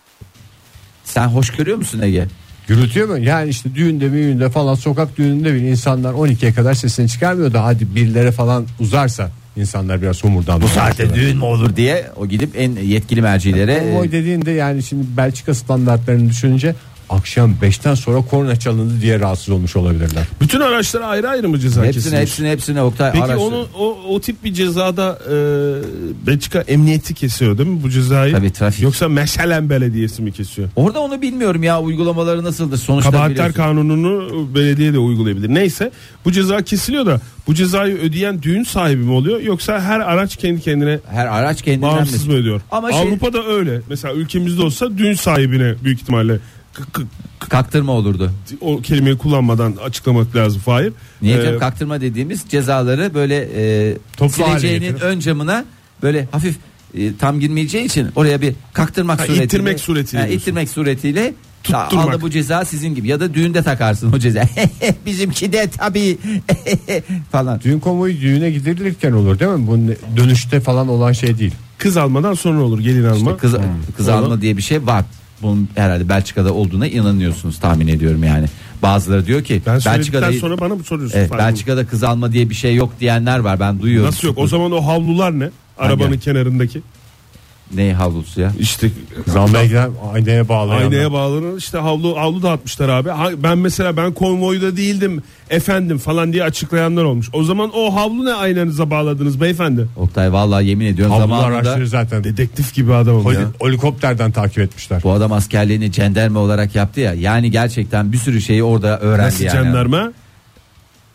Speaker 2: sen hoş görüyor musun Ege?
Speaker 3: Gürültüyor mu? Yani işte düğünde düğünde falan sokak düğününde bile insanlar 12'ye kadar sesini çıkarmıyor da hadi birlere falan uzarsa insanlar biraz homurdan. Bu
Speaker 2: Zaten düğün mü olur diye o gidip en yetkili mercilere e,
Speaker 3: Konvoy dediğinde yani şimdi Belçika standartlarını düşününce akşam 5'ten sonra korna çalındı diye rahatsız olmuş olabilirler.
Speaker 4: Bütün araçlara ayrı ayrı mı ceza
Speaker 2: hepsini
Speaker 4: kesilmiş?
Speaker 2: hepsini hepsini Oktay
Speaker 4: Peki
Speaker 2: araştır.
Speaker 4: onu o, o tip bir cezada e, Belçika emniyeti kesiyor değil mi bu cezayı?
Speaker 2: Tabii, trafik.
Speaker 4: Yoksa Meşelen Belediyesi mi kesiyor?
Speaker 2: Orada onu bilmiyorum ya uygulamaları nasıldır sonuçta
Speaker 4: Kabahatler
Speaker 2: biliyorsun.
Speaker 4: kanununu belediye de uygulayabilir. Neyse bu ceza kesiliyor da bu cezayı ödeyen düğün sahibi mi oluyor yoksa her araç kendi kendine
Speaker 2: Her araç kendinden
Speaker 4: bağımsız
Speaker 2: mi-
Speaker 4: mı ödüyor?
Speaker 2: Ama şey-
Speaker 4: Avrupa'da öyle. Mesela ülkemizde olsa düğün sahibine büyük ihtimalle k- k-
Speaker 2: kaktırma olurdu.
Speaker 4: o kelimeyi kullanmadan açıklamak lazım Fahir.
Speaker 2: Niye
Speaker 4: Ee,
Speaker 2: canım? kaktırma dediğimiz cezaları böyle e,
Speaker 3: Toplu hale
Speaker 2: sileceğinin
Speaker 3: getirip-
Speaker 2: ön camına böyle hafif e, tam girmeyeceği için oraya bir kaktırmak
Speaker 4: Ha,
Speaker 2: suretiyle
Speaker 4: ittirmek suretiyle
Speaker 2: Ha,
Speaker 4: diyorsun.
Speaker 2: ittirmek suretiyle "Ta,
Speaker 4: Tutturmak.
Speaker 2: al da bu ceza sizin gibi ya da düğünde takarsın o ceza. <laughs> Bizimki de tabii <laughs> falan.
Speaker 3: Düğün konvoyu düğüne gidilirken olur değil mi? Bu dönüşte falan olan şey değil.
Speaker 4: kız almadan sonra olur gelin alma.
Speaker 2: İşte kız, kız
Speaker 4: Hmm. Oğlum.
Speaker 2: alma diye bir şey var. Bunun herhalde Belçika'da olduğuna inanıyorsunuz tahmin ediyorum yani. Bazıları diyor ki
Speaker 4: Ben söyledikten
Speaker 2: Belçika'da
Speaker 4: sonra bana mı soruyorsun?
Speaker 2: Evet,
Speaker 4: Fahir?
Speaker 2: Belçika'da kız alma diye bir şey yok diyenler var. Ben duyuyorum.
Speaker 4: Nasıl yok? O zaman o havlular ne? Arabanın
Speaker 2: Hangi?
Speaker 4: kenarındaki.
Speaker 2: Ne havlusu ya?
Speaker 4: İşte
Speaker 3: Zamlaya giden aynaya bağlayan.
Speaker 4: aynaya bağlanır. İşte havlu havlu dağıtmışlar abi. Ha- Ben mesela ben konvoyda değildim efendim falan diye açıklayanlar olmuş. O zaman o havlu ne aynanıza bağladınız beyefendi?
Speaker 2: Oktay vallahi yemin ediyorum
Speaker 3: Havlu
Speaker 2: zamanında
Speaker 3: araçları zaten
Speaker 4: Dedektif gibi adamım
Speaker 3: holi-
Speaker 4: ya.
Speaker 3: helikopterden takip etmişler.
Speaker 2: bu adam askerliğini cenderme olarak yaptı ya. Yani gerçekten bir sürü şeyi orada öğrendi
Speaker 4: Nasıl
Speaker 2: yani.
Speaker 4: jandarma?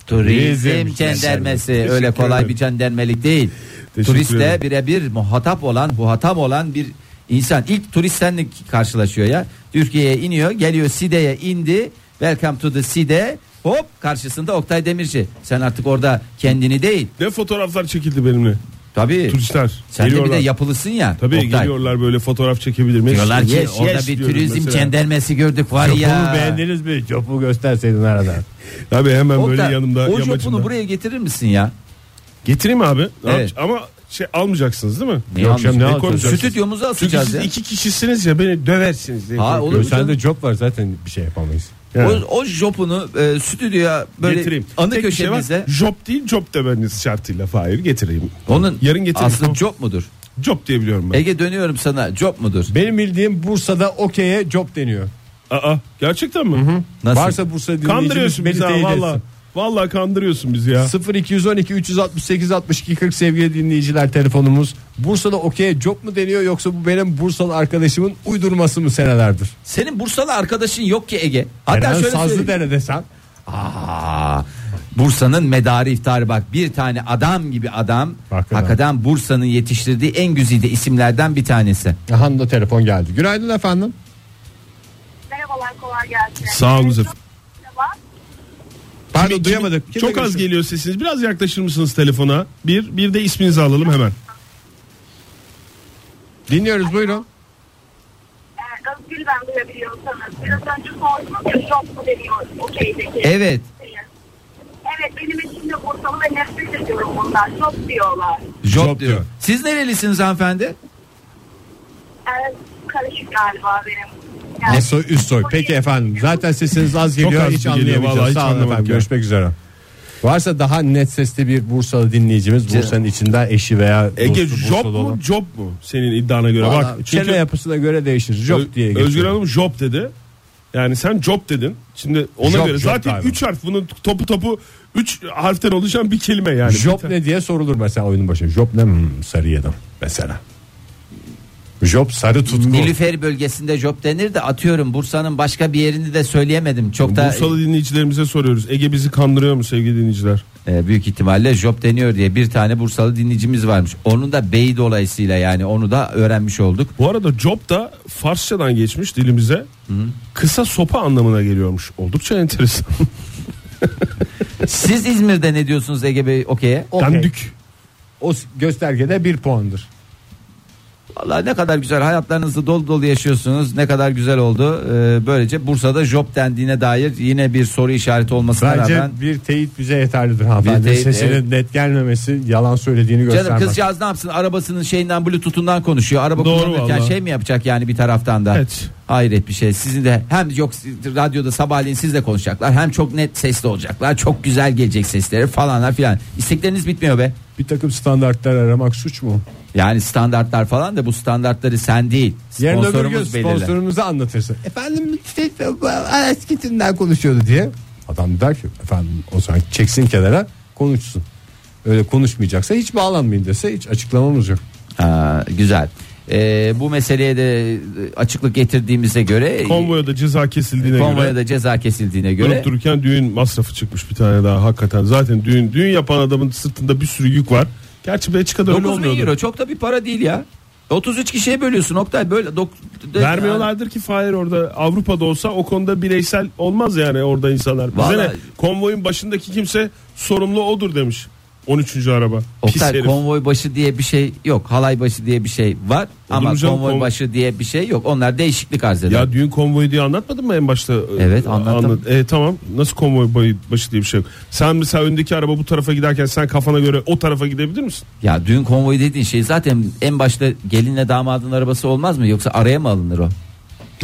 Speaker 2: Turizm
Speaker 4: Turizm
Speaker 2: cendermesi
Speaker 4: cendermesi.
Speaker 2: öyle
Speaker 4: Teşekkür
Speaker 2: kolay
Speaker 4: ederim.
Speaker 2: bir cendermelik değil.
Speaker 4: Teşekkür
Speaker 2: Turistle
Speaker 4: ederim.
Speaker 2: birebir muhatap olan, muhatap olan bir insan. İlk turist seninle karşılaşıyor ya. Türkiye'ye iniyor, geliyor Side'ye indi. Welcome to the Side. Hop karşısında Oktay Demirci. Sen artık orada kendini değil.
Speaker 4: Ne fotoğraflar çekildi benimle?
Speaker 2: Tabii.
Speaker 4: Turistler
Speaker 2: Sen de Şey, bir de
Speaker 4: geliyorlar.
Speaker 2: yapılısın ya.
Speaker 4: Tabii
Speaker 2: Oktay.
Speaker 4: geliyorlar böyle fotoğraf çekebilir miyiz?
Speaker 2: Diyorlar ki
Speaker 4: Yes, yes
Speaker 2: orada bir
Speaker 4: diyorum
Speaker 2: turizm
Speaker 4: mesela.
Speaker 2: cendermesi gördük var ya.
Speaker 3: mi? Copu gösterseydin arada.
Speaker 4: Abi hemen böyle
Speaker 2: Oktay,
Speaker 4: yanımda
Speaker 2: o
Speaker 4: yamacımda.
Speaker 2: jopunu buraya getirir misin ya?
Speaker 4: Getireyim abi. Ne
Speaker 2: Evet.
Speaker 4: yap- Ama şey almayacaksınız değil mi?
Speaker 2: Ne
Speaker 4: Yok
Speaker 2: almayacaksın?
Speaker 4: canım, ne
Speaker 3: Ne
Speaker 4: koyacaksınız?
Speaker 2: Stüdyomuzu
Speaker 4: Çünkü
Speaker 2: asacağız
Speaker 4: siz
Speaker 2: ya.
Speaker 4: iki kişisiniz ya beni döversiniz diye.
Speaker 2: Ha,
Speaker 4: korkuyorum.
Speaker 2: olur.
Speaker 3: Sende cop var zaten bir şey yapamayız.
Speaker 4: Yani.
Speaker 2: O, o jopunu e, stüdyoya böyle
Speaker 4: getireyim.
Speaker 2: anı
Speaker 4: Tek bir şey var,
Speaker 2: köşemize
Speaker 4: job değil job demeniz şartıyla Fahir getireyim.
Speaker 2: onun
Speaker 4: Yarın getireyim.
Speaker 2: aslında E-
Speaker 4: Tamam.
Speaker 2: job mudur?
Speaker 4: Job diye biliyorum ben.
Speaker 2: Ege dönüyorum sana job mudur?
Speaker 3: Benim bildiğim Bursa'da okey'e cop deniyor.
Speaker 4: Aa gerçekten mi?
Speaker 2: Nasıl?
Speaker 3: Varsa Bursa dinleyicimiz
Speaker 4: Kandırıyorsun
Speaker 3: beni
Speaker 4: bizi ha,
Speaker 3: teyit
Speaker 4: valla.
Speaker 3: etsin.
Speaker 4: Valla kandırıyorsun bizi ya.
Speaker 3: 0212 368 62 40 sevgili dinleyiciler telefonumuz. Bursa'da okey'e cop mu deniyor yoksa bu benim Bursalı arkadaşımın uydurması mı senelerdir?
Speaker 2: Senin Bursalı arkadaşın yok ki Ege. Hatta
Speaker 3: Eren
Speaker 2: şöyle
Speaker 3: Sazlı
Speaker 2: söyleyeyim.
Speaker 3: dere desem.
Speaker 2: Aa, Bursa'nın medarı iftarı bak bir tane adam gibi adam
Speaker 3: Hakikaten.
Speaker 2: hakikaten Bursa'nın yetiştirdiği en güzide isimlerden bir tanesi.
Speaker 3: Aha da telefon geldi. Günaydın efendim.
Speaker 5: Merhabalar kolay gelsin. Ee,
Speaker 4: Sağ olun efendim.
Speaker 5: Merhaba.
Speaker 3: Pardon
Speaker 4: Kimi-
Speaker 3: duyamadık. Kimle
Speaker 4: Çok az
Speaker 3: görüşüyoruz?
Speaker 4: geliyor sesiniz. Biraz yaklaşır mısınız telefona? Bir, bir de isminizi alalım hemen.
Speaker 3: Dinliyoruz buyurun.
Speaker 5: Ee, Özgül ben duyabiliyorsanız. Biraz önce sordunuz ya şok mu deniyor okeydeki.
Speaker 2: Evet.
Speaker 5: Evet benim için de Bursalı ve nefret ediyorum bundan. Şok diyorlar.
Speaker 2: Job, diyor.
Speaker 3: Job diyor.
Speaker 2: Siz nerelisiniz hanımefendi?
Speaker 5: Ee, karışık galiba benim. Yani-
Speaker 3: Alt soy üst soy. Peki efendim. Zaten sesiniz az geliyor.
Speaker 4: az
Speaker 3: hiç
Speaker 4: geliyor, vallahi
Speaker 3: anlayamayacağız.
Speaker 4: hiç
Speaker 3: Sağ olun
Speaker 4: anlamadık
Speaker 3: efendim.
Speaker 4: ya.
Speaker 3: Görüşmek üzere. Varsa daha net sesli bir Bursalı dinleyicimiz Bursa'nın içinde eşi veya
Speaker 4: Ege
Speaker 3: dostu
Speaker 4: job
Speaker 3: Bursalı olan.
Speaker 4: mu job mu senin iddiana göre
Speaker 3: Valla
Speaker 4: bak çünkü
Speaker 3: çene yapısına göre değişir. Job
Speaker 4: Ö-
Speaker 3: diye geçiyor.
Speaker 4: Özgür Hanım job dedi. Yani sen job dedin. Şimdi ona
Speaker 3: Job,
Speaker 4: göre
Speaker 3: job
Speaker 4: zaten
Speaker 3: galiba.
Speaker 4: 3 harf bunun topu topu 3 harften oluşan bir kelime yani.
Speaker 3: Job
Speaker 4: Bir ta-
Speaker 3: ne diye sorulur mesela oyunun başında. Job ne Hmm, sarı yedim mesela. Job sarı tutku.
Speaker 2: Nilüfer bölgesinde job denir de atıyorum Bursa'nın başka bir yerini de söyleyemedim. Çok da
Speaker 4: Bursalı dinleyicilerimize soruyoruz. Ege bizi kandırıyor mu sevgili dinleyiciler?
Speaker 2: e, büyük ihtimalle job deniyor diye bir tane Bursalı dinleyicimiz varmış. Onun da beyi dolayısıyla yani onu da öğrenmiş olduk.
Speaker 4: Bu arada job da Farsçadan geçmiş dilimize. Kısa sopa anlamına geliyormuş.
Speaker 2: <laughs>
Speaker 4: Oldukça enteresan.
Speaker 2: Siz İzmir'de ne diyorsunuz Ege Bey okey'e?
Speaker 3: Okey.
Speaker 4: Dandük.
Speaker 3: O s- göstergede bir puandır.
Speaker 2: Vallahi ne kadar güzel hayatlarınızı dolu dolu yaşıyorsunuz. Ne kadar güzel oldu. Ee, böylece Bursa'da job dendiğine dair yine bir soru işareti olmasına
Speaker 3: Bence
Speaker 2: rağmen.
Speaker 3: bir teyit bize yeterlidir hanımefendi.
Speaker 2: Bir teyit,
Speaker 3: Sesinin
Speaker 2: evet.
Speaker 3: net gelmemesi yalan söylediğini
Speaker 2: Canım
Speaker 3: göstermez.
Speaker 2: kızcağız ne yapsın arabasının şeyinden bluetooth'undan konuşuyor. Araba
Speaker 4: Doğru
Speaker 2: kullanırken
Speaker 4: vallahi.
Speaker 2: şey mi yapacak yani bir taraftan da?
Speaker 4: Evet.
Speaker 2: Hayret bir şey. Sizin de hem yok siz- radyoda sabahleyin sizle konuşacaklar hem çok net sesli olacaklar. Çok güzel gelecek sesleri falanlar filan. İstekleriniz bitmiyor be.
Speaker 3: Bir takım standartlar aramak suç mu?
Speaker 2: Yani standartlar falan da bu standartları sen değil.
Speaker 3: Yarın öbür gün
Speaker 2: Sponsorumuz belirler.
Speaker 3: sponsorumuza anlatırsın. Efendim işte, bu eski Türk'ten konuşuyordu diye. Adam der ki efendim o zaman çeksin kenara konuşsun. Öyle konuşmayacaksa hiç bağlanmayın dese hiç açıklamamız yok.
Speaker 2: Ha, güzel. Ee, bu meseleye de açıklık getirdiğimize göre
Speaker 4: Konvoya da ceza kesildiğine
Speaker 2: konvoya
Speaker 4: göre.
Speaker 2: da ceza kesildiğine göre
Speaker 4: Durup dururken düğün masrafı çıkmış bir tane daha hakikaten. Zaten düğün düğün yapan adamın sırtında bir sürü yük var. Gerçi Belçika'da öyle
Speaker 2: 9 bin
Speaker 4: olmuyordu.
Speaker 2: euro çok da bir para değil ya. 33 kişiye bölüyorsun Oktay böyle dok de-
Speaker 4: Vermiyorlardır ki Fahir orada Avrupa'da olsa o konuda bireysel olmaz yani orada insanlar. Bize
Speaker 2: Vallahi-
Speaker 4: ne? Konvoyun başındaki kimse sorumlu odur demiş. 13. araba. Pis
Speaker 2: Oktay
Speaker 4: herif.
Speaker 2: konvoy başı diye bir şey yok. Halay başı diye bir şey var ama
Speaker 4: mu canım?
Speaker 2: konvoy
Speaker 4: Kon-
Speaker 2: başı diye bir şey yok. Onlar değişiklik arz eder.
Speaker 4: Ya düğün konvoyu diye anlatmadın mı en başta?
Speaker 2: Evet, anlattım.
Speaker 4: E, tamam nasıl konvoy boyu- başı diye bir şey yok. Sen mesela öndeki araba bu tarafa giderken sen kafana göre o tarafa gidebilir misin?
Speaker 2: Ya düğün konvoyu dediğin şey zaten en başta gelinle damadın arabası olmaz mı yoksa araya mı alınır o?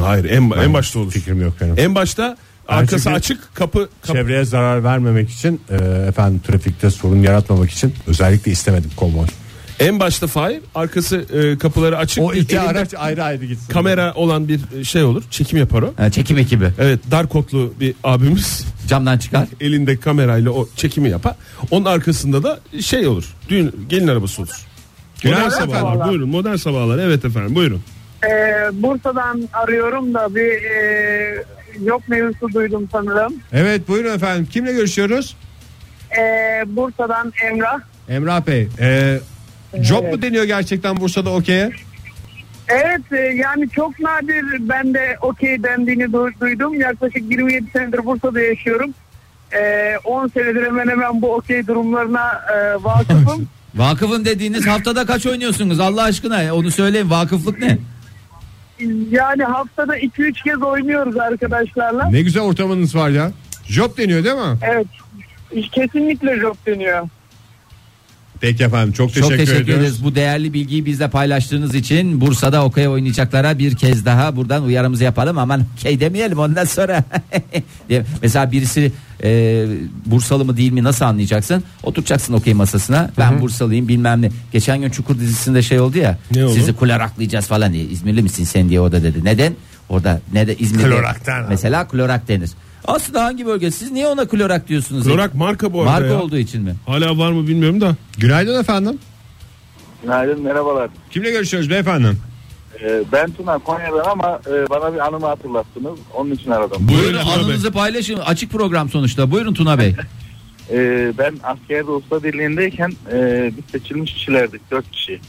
Speaker 4: Hayır en, en başta olur.
Speaker 3: Fikrim yok benim.
Speaker 4: En başta arkası
Speaker 3: çünkü-
Speaker 4: açık kapı, kapı
Speaker 3: Çevreye zarar vermemek için e, efendim trafikte sorun yaratmamak için özellikle istemedim konvoy.
Speaker 4: en başta Fahir arkası e, kapıları açık.
Speaker 3: O
Speaker 4: bir
Speaker 3: iki
Speaker 4: elinde
Speaker 3: araç ayrı ayrı gitsin.
Speaker 4: kamera olan bir şey olur. Çekim yapar o.
Speaker 2: Ha, çekim ekibi
Speaker 4: Evet dar kotlu bir abimiz <laughs>
Speaker 2: camdan çıkar.
Speaker 4: elinde kamerayla o çekimi yapar. Onun arkasında da şey olur. Düğün gelin arabası olur. Modern
Speaker 5: Günaydın
Speaker 4: sabahlar.
Speaker 5: sabahlar.
Speaker 4: Buyurun modern sabahlar. Evet efendim buyurun.
Speaker 5: Ee, Bursa'dan arıyorum da bir e, yok mevzusu duydum sanırım.
Speaker 3: Evet buyurun efendim kimle görüşüyoruz?
Speaker 5: Ee, Bursa'dan Emrah.
Speaker 3: Emrah Bey. E, job mu deniyor gerçekten Bursa'da okey'e?
Speaker 5: Evet e, yani çok nadir ben de okey dendiğini du- duydum. Yaklaşık 27 senedir Bursa'da yaşıyorum. Ee, 10 senedir hemen hemen bu okey durumlarına e,
Speaker 6: <laughs>
Speaker 5: vakıfım.
Speaker 2: Vakıfım dediğiniz haftada kaç oynuyorsunuz Allah aşkına onu söyleyin vakıflık ne?
Speaker 5: yani haftada 2-3 kez oynuyoruz arkadaşlarla.
Speaker 3: Ne güzel ortamınız var ya. Job deniyor değil mi?
Speaker 5: Evet kesinlikle job deniyor.
Speaker 3: Peki efendim çok teşekkür,
Speaker 2: Çok teşekkür
Speaker 3: ediyoruz.
Speaker 2: ederiz bu değerli bilgiyi bizle paylaştığınız için Bursa'da okey oynayacaklara bir kez daha buradan uyarımızı yapalım aman okey demeyelim ondan sonra <laughs> diye. mesela birisi e, Bursalı mı değil mi nasıl anlayacaksın oturacaksın okey masasına ben Bursalıyım bilmem ne geçen gün Çukur dizisinde şey oldu ya
Speaker 4: Ne oldu?
Speaker 2: sizi kloraklayacağız falan diye İzmirli misin sen diye o da dedi neden orada ne de İzmir'de
Speaker 3: Kloraktan.
Speaker 2: mesela klorak denir aslında hangi bölge siz niye ona klorak diyorsunuz
Speaker 4: Zorak marka bu arada
Speaker 2: marka
Speaker 4: ya.
Speaker 2: olduğu için mi
Speaker 4: Hala var mı bilmiyorum da.
Speaker 3: Günaydın efendim.
Speaker 7: Günaydın merhabalar.
Speaker 3: Kimle görüşüyoruz beyefendi?
Speaker 7: Ee, ben Tuna Konya'dan ama e, bana bir anımı hatırlattınız. Onun için aradım.
Speaker 2: Buyurun
Speaker 4: Tuna Bey.
Speaker 2: anınızı paylaşın. Açık program sonuçta. Buyurun Tuna Bey.
Speaker 7: Ee, ben askerde usta birliğindeyken e, biz seçilmiş kişilerdik 4 kişi.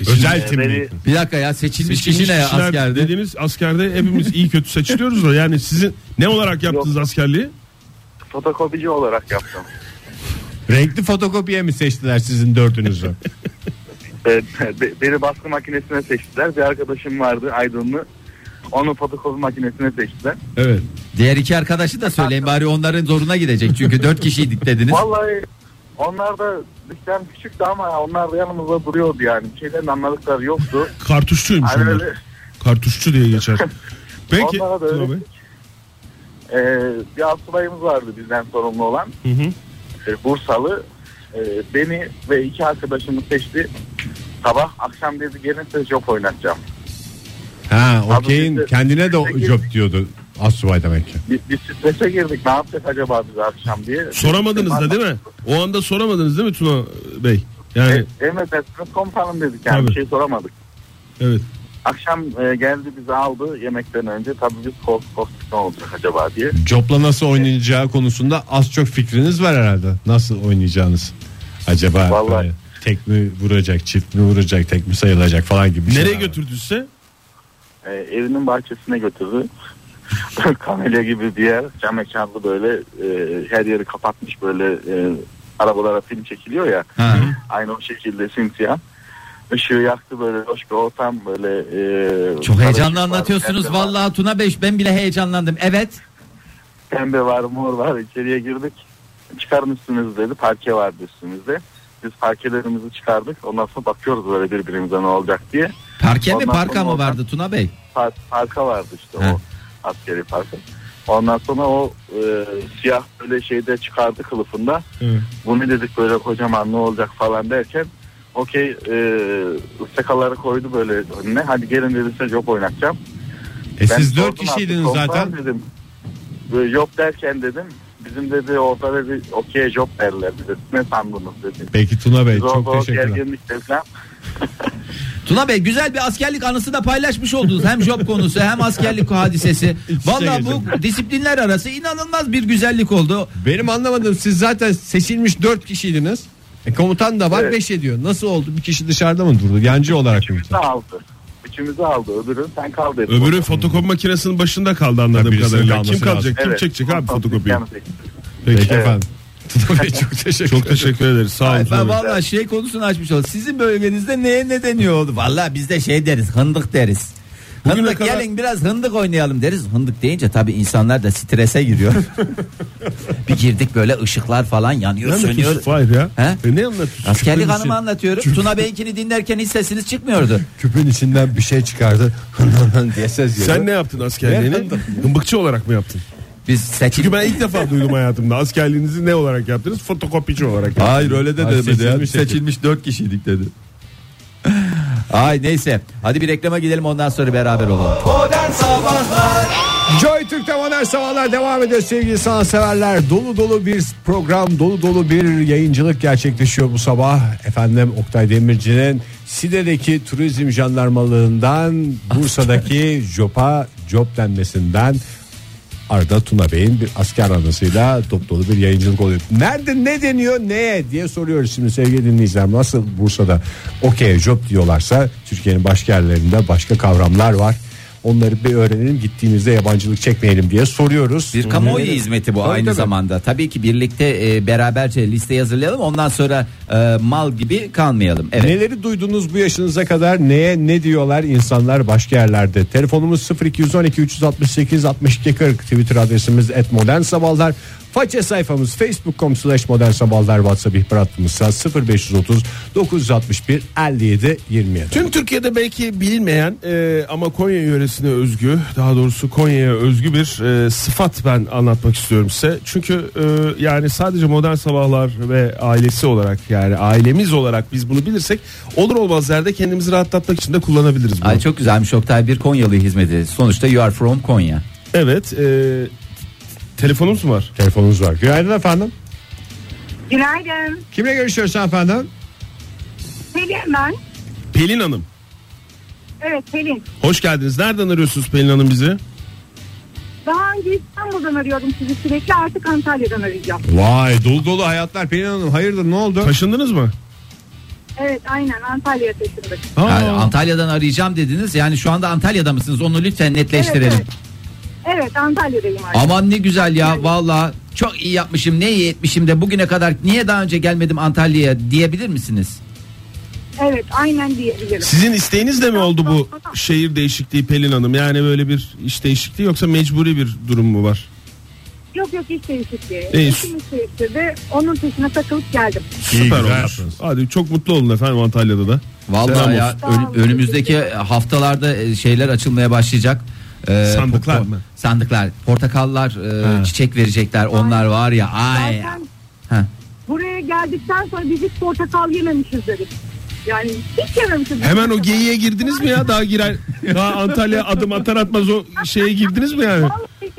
Speaker 3: Özel
Speaker 7: Ee,
Speaker 3: tim.
Speaker 7: beni-
Speaker 2: Bir dakika ya seçilmiş, kişi ne ya
Speaker 4: kişiler
Speaker 2: askerde?
Speaker 4: Dediğiniz askerde hepimiz iyi kötü seçiliyoruz da yani sizin ne olarak yaptınız askerliği?
Speaker 7: fotokopici olarak yaptım.
Speaker 3: Renkli fotokopiye mi seçtiler sizin
Speaker 4: <laughs>
Speaker 3: dördünüzü?
Speaker 7: Ee, be- beni baskı makinesine seçtiler. Bir arkadaşım vardı Aydınlı. Onu fotokopi makinesine seçtiler.
Speaker 4: Evet.
Speaker 2: Diğer iki arkadaşı da söyleyin bari onların zoruna gidecek. Çünkü dört kişiydik dediniz.
Speaker 7: Vallahi onlar da bizden küçüktü ama onlar da yanımızda duruyordu yani. Bir şeylerin anladıkları yoktu.
Speaker 4: Kartuşçuymuş
Speaker 7: Hani
Speaker 4: onlar.
Speaker 7: öyle
Speaker 4: Kartuşçu diye
Speaker 7: <laughs>
Speaker 4: geçer. Peki.
Speaker 7: Onlara da
Speaker 4: Tuna Bey.
Speaker 7: öğrettik. Ee, bir astsubayımız vardı bizden sorumlu olan.
Speaker 4: Hı hı.
Speaker 7: e, Bursalı e, beni ve iki arkadaşımı seçti. Sabah akşam dedi gelin size job oynatacağım.
Speaker 3: Ha
Speaker 7: biz
Speaker 3: okeyin
Speaker 7: de-
Speaker 3: kendine de o-
Speaker 7: Peki.
Speaker 3: job diyordu Asubay demek ki.
Speaker 7: Biz, biz strese girdik ne yapacak acaba biz akşam diye.
Speaker 4: Soramadınız da değil mi? O anda soramadınız değil mi Tuna Bey? Yani
Speaker 7: Evet, emredersiniz komutanım dedik yani
Speaker 4: Tabii.
Speaker 7: bir şey soramadık.
Speaker 4: evet.
Speaker 7: Akşam e, geldi bizi aldı yemekten önce tabii biz korktuk korktuk ne olacak acaba diye.
Speaker 3: E, Jobla nasıl oynayacağı konusunda az çok fikriniz var herhalde. Nasıl oynayacağınız acaba
Speaker 7: Vallahi.
Speaker 3: böyle tek mi vuracak çift mi vuracak tek mi sayılacak falan gibi. bir
Speaker 4: Nereye
Speaker 3: şeyler var.
Speaker 4: götürdüyse
Speaker 7: E, evinin bahçesine götürdü. <laughs> Kamelya gibi bir yer cam mekanlı böyle e, her yeri kapatmış böyle e, arabalara film çekiliyor ya.
Speaker 2: Ha.
Speaker 7: Aynı o şekilde simsiyah. Işığı yaktı böyle hoş bir ortam böyle. e,
Speaker 2: Çok heyecanlı
Speaker 7: var,
Speaker 2: anlatıyorsunuz
Speaker 7: pembe var,
Speaker 2: vallahi Tuna Bey ben bile heyecanlandım. Evet.
Speaker 7: Pembe var mor var içeriye girdik. Çıkarın üstünüzü dedi parke vardı üstümüzde. Biz parkelerimizi çıkardık ondan sonra bakıyoruz böyle birbirimize ne olacak diye.
Speaker 2: Parke mi
Speaker 7: Ondan
Speaker 2: parka
Speaker 7: sonra
Speaker 2: mı
Speaker 7: oradan-
Speaker 2: vardı Tuna Bey?
Speaker 7: Par- parka vardı işte
Speaker 2: He.
Speaker 7: o askeri parka. Ondan sonra o e, siyah böyle şeyde çıkardı kılıfında.
Speaker 4: Evet.
Speaker 3: E,
Speaker 7: Bu ne dedik böyle kocaman ne olacak falan derken okey e, sakaları koydu böyle önüne. Hadi gelin dedi size job oynatacağım.
Speaker 3: E siz dört
Speaker 7: sordum
Speaker 3: kişiydiniz
Speaker 7: artık,
Speaker 3: zaten.
Speaker 7: "Komutanım," Dedim. Böyle job derken dedim bizim dedi orada dedi okey job derler dedi. Ne sandınız dedi.
Speaker 3: Peki Tuna Bey
Speaker 7: Biz orada o
Speaker 3: çok teşekkürler.
Speaker 7: gerginlik falan.
Speaker 2: Tuna Bey güzel bir askerlik anısı da paylaşmış oldunuz. Hem job konusu hem askerlik hadisesi. Vallahi bu disiplinler arası inanılmaz bir güzellik oldu.
Speaker 3: Benim anlamadığım siz zaten seçilmiş dört kişiydiniz. E, komutan da var
Speaker 7: Evet.
Speaker 3: beş ediyor. Nasıl oldu? Bir kişi dışarıda mı durdu? Yancı olarak mı?
Speaker 7: Üçümüzü aldı. Üçümüzü aldı. Öbürü sen kal dedi.
Speaker 4: öbürü fotokopi makinesinin başında kaldı anladığım
Speaker 3: Tabii,
Speaker 4: kadarıyla.
Speaker 3: kalması
Speaker 4: Kim kalacak?
Speaker 3: lazım.
Speaker 4: Kim çekecek abi fotokopiyi?
Speaker 7: Yani çekti.
Speaker 3: Peki
Speaker 7: Evet.
Speaker 3: efendim. Tuna Bey çok teşekkür
Speaker 4: Çok teşekkür ederiz. Sağ olun.
Speaker 2: Ay,
Speaker 4: Tuna
Speaker 2: Ben
Speaker 4: Bey.
Speaker 2: valla şey konusunu açmış oldum. Sizin bölgenizde neye ne deniyor oldu? Valla biz de şey deriz hındık deriz.
Speaker 4: Bugüne
Speaker 2: Hındık
Speaker 4: kadar-
Speaker 2: gelin biraz hındık oynayalım deriz. Hındık deyince tabii insanlar da strese giriyor. bir girdik böyle ışıklar falan
Speaker 4: Ne
Speaker 2: yanıyor
Speaker 4: anlatıyorsun
Speaker 2: sönüyor.
Speaker 4: Fahir ya?
Speaker 2: He?
Speaker 4: E, ne anlatıyorsun?
Speaker 2: Askerlik
Speaker 4: Küpün
Speaker 2: hanımı
Speaker 3: şey-
Speaker 4: içi-
Speaker 2: anlatıyorum. Tuna Bey'inkini dinlerken hiç sesiniz çıkmıyordu.
Speaker 3: Küpün içinden bir şey çıkardı. <laughs> diye ses
Speaker 4: Sen ne yaptın askerliğini? Hımbıkçı olarak mı yaptın?
Speaker 2: Biz seçim...
Speaker 4: Çünkü ben ilk defa duydum hayatımda. Askerliğinizi ne olarak yaptınız? Fotokopici olarak yaptınız.
Speaker 2: Hayır öyle de
Speaker 3: Hayır,
Speaker 2: demedi ya.
Speaker 3: seçilmiş ekip.
Speaker 2: Seçilmiş dört kişiydik dedi. Ay neyse. Hadi bir reklama gidelim ondan sonra beraber olalım.
Speaker 3: Joy Türk'te modern sabahlar devam ediyor sevgili sanatseverler. Dolu dolu bir program, dolu dolu bir yayıncılık gerçekleşiyor bu sabah. Efendim Oktay Demirci'nin Side'deki turizm jandarmalığından Bursa'daki JOP'a JOP denmesinden Arda Tuna Bey'in bir asker anısıyla top dolu bir yayıncılık oluyor. Nerede ne deniyor neye diye soruyoruz şimdi sevgili dinleyiciler. Nasıl Bursa'da okey job diyorlarsa Türkiye'nin başka yerlerinde başka kavramlar var. Onları bir öğrenelim gittiğimizde yabancılık çekmeyelim diye soruyoruz.
Speaker 2: Bir kamuoyu
Speaker 3: Evet.
Speaker 2: hizmeti bu
Speaker 3: Tabii
Speaker 2: aynı
Speaker 3: tabii.
Speaker 2: zamanda. Tabii ki birlikte e, beraberce liste hazırlayalım. Ondan sonra e, mal gibi kalmayalım. Evet.
Speaker 3: Neleri duydunuz bu yaşınıza kadar neye ne diyorlar insanlar başka yerlerde telefonumuz 0212 368 62 40 twitter adresimiz et modern sabahlar faça sayfamız facebook.com slash modern sabahlar whatsapp ihbar hattımız 0530 961 57 27
Speaker 4: Tüm Türkiye'de belki bilinmeyen e, ama Konya yöresine özgü daha doğrusu Konya'ya özgü bir e, sıfat ben anlatmak istiyorum size. Çünkü e, yani sadece modern sabahlar ve ailesi olarak yani ailemiz olarak biz bunu bilirsek olur olmaz yerde kendimizi rahatlatmak için de kullanabiliriz bunu.
Speaker 2: Ay çok güzelmiş Oktay bir Konyalı hizmeti. Sonuçta you are from Konya.
Speaker 4: Evet e, telefonumuz mu var?
Speaker 3: telefonumuz var günaydın efendim
Speaker 8: Günaydın.
Speaker 3: kimle görüşüyoruz efendim
Speaker 8: Pelin ben.
Speaker 4: Pelin Hanım.
Speaker 8: Evet Pelin.
Speaker 4: Hoş geldiniz. Nereden arıyorsunuz Pelin Hanım bizi?
Speaker 8: Daha önce İstanbul'dan arıyordum sizi sürekli artık Antalya'dan arayacağım.
Speaker 3: vay dolu dolu hayatlar Pelin Hanım hayırdır ne oldu
Speaker 4: Taşındınız mı?
Speaker 8: Evet aynen Antalya'ya taşındık.
Speaker 4: Aa,
Speaker 2: Yani Antalya'dan arayacağım dediniz. Yani şu anda Antalya'da mısınız? Onu lütfen netleştirelim.
Speaker 8: Evet, Evet Antalya'dayım artık.
Speaker 2: Aman ne güzel ya valla çok iyi yapmışım ne iyi etmişim de bugüne kadar niye daha önce gelmedim Antalya'ya diyebilir misiniz?
Speaker 8: Evet aynen diyebilirim.
Speaker 4: Sizin isteğiniz de mi oldu bu şehir değişikliği Pelin Hanım? Yani böyle bir iş değişikliği yoksa mecburi bir durum mu var?
Speaker 8: Yok yok iş değişikliği.
Speaker 4: İyi.
Speaker 8: İşim iş değiştirdi. Onun peşine takılıp geldim.
Speaker 4: Süper
Speaker 3: güzel
Speaker 4: olmuş.
Speaker 3: yaptınız.
Speaker 4: Hadi çok mutlu olun efendim Antalya'da da.
Speaker 2: Vallahi
Speaker 4: Selam
Speaker 2: ya
Speaker 8: olsun.
Speaker 2: ön- önümüzdeki haftalarda e, şeyler açılmaya başlayacak. Ee,
Speaker 9: Sandıklar
Speaker 2: po- po-
Speaker 9: mı?
Speaker 2: Sandıklar, portakallar, e, çiçek verecekler. Onlar var ya. Ay.
Speaker 8: Zaten
Speaker 2: Heh.
Speaker 8: buraya geldikten sonra biz hiç portakal yememişiz dedik. Yani hiç yememişiz.
Speaker 4: Hemen o geyiğe girdiniz mi ya? Daha girer daha Antalya adım atar atmaz o şeye girdiniz mi yani?
Speaker 8: Vallahi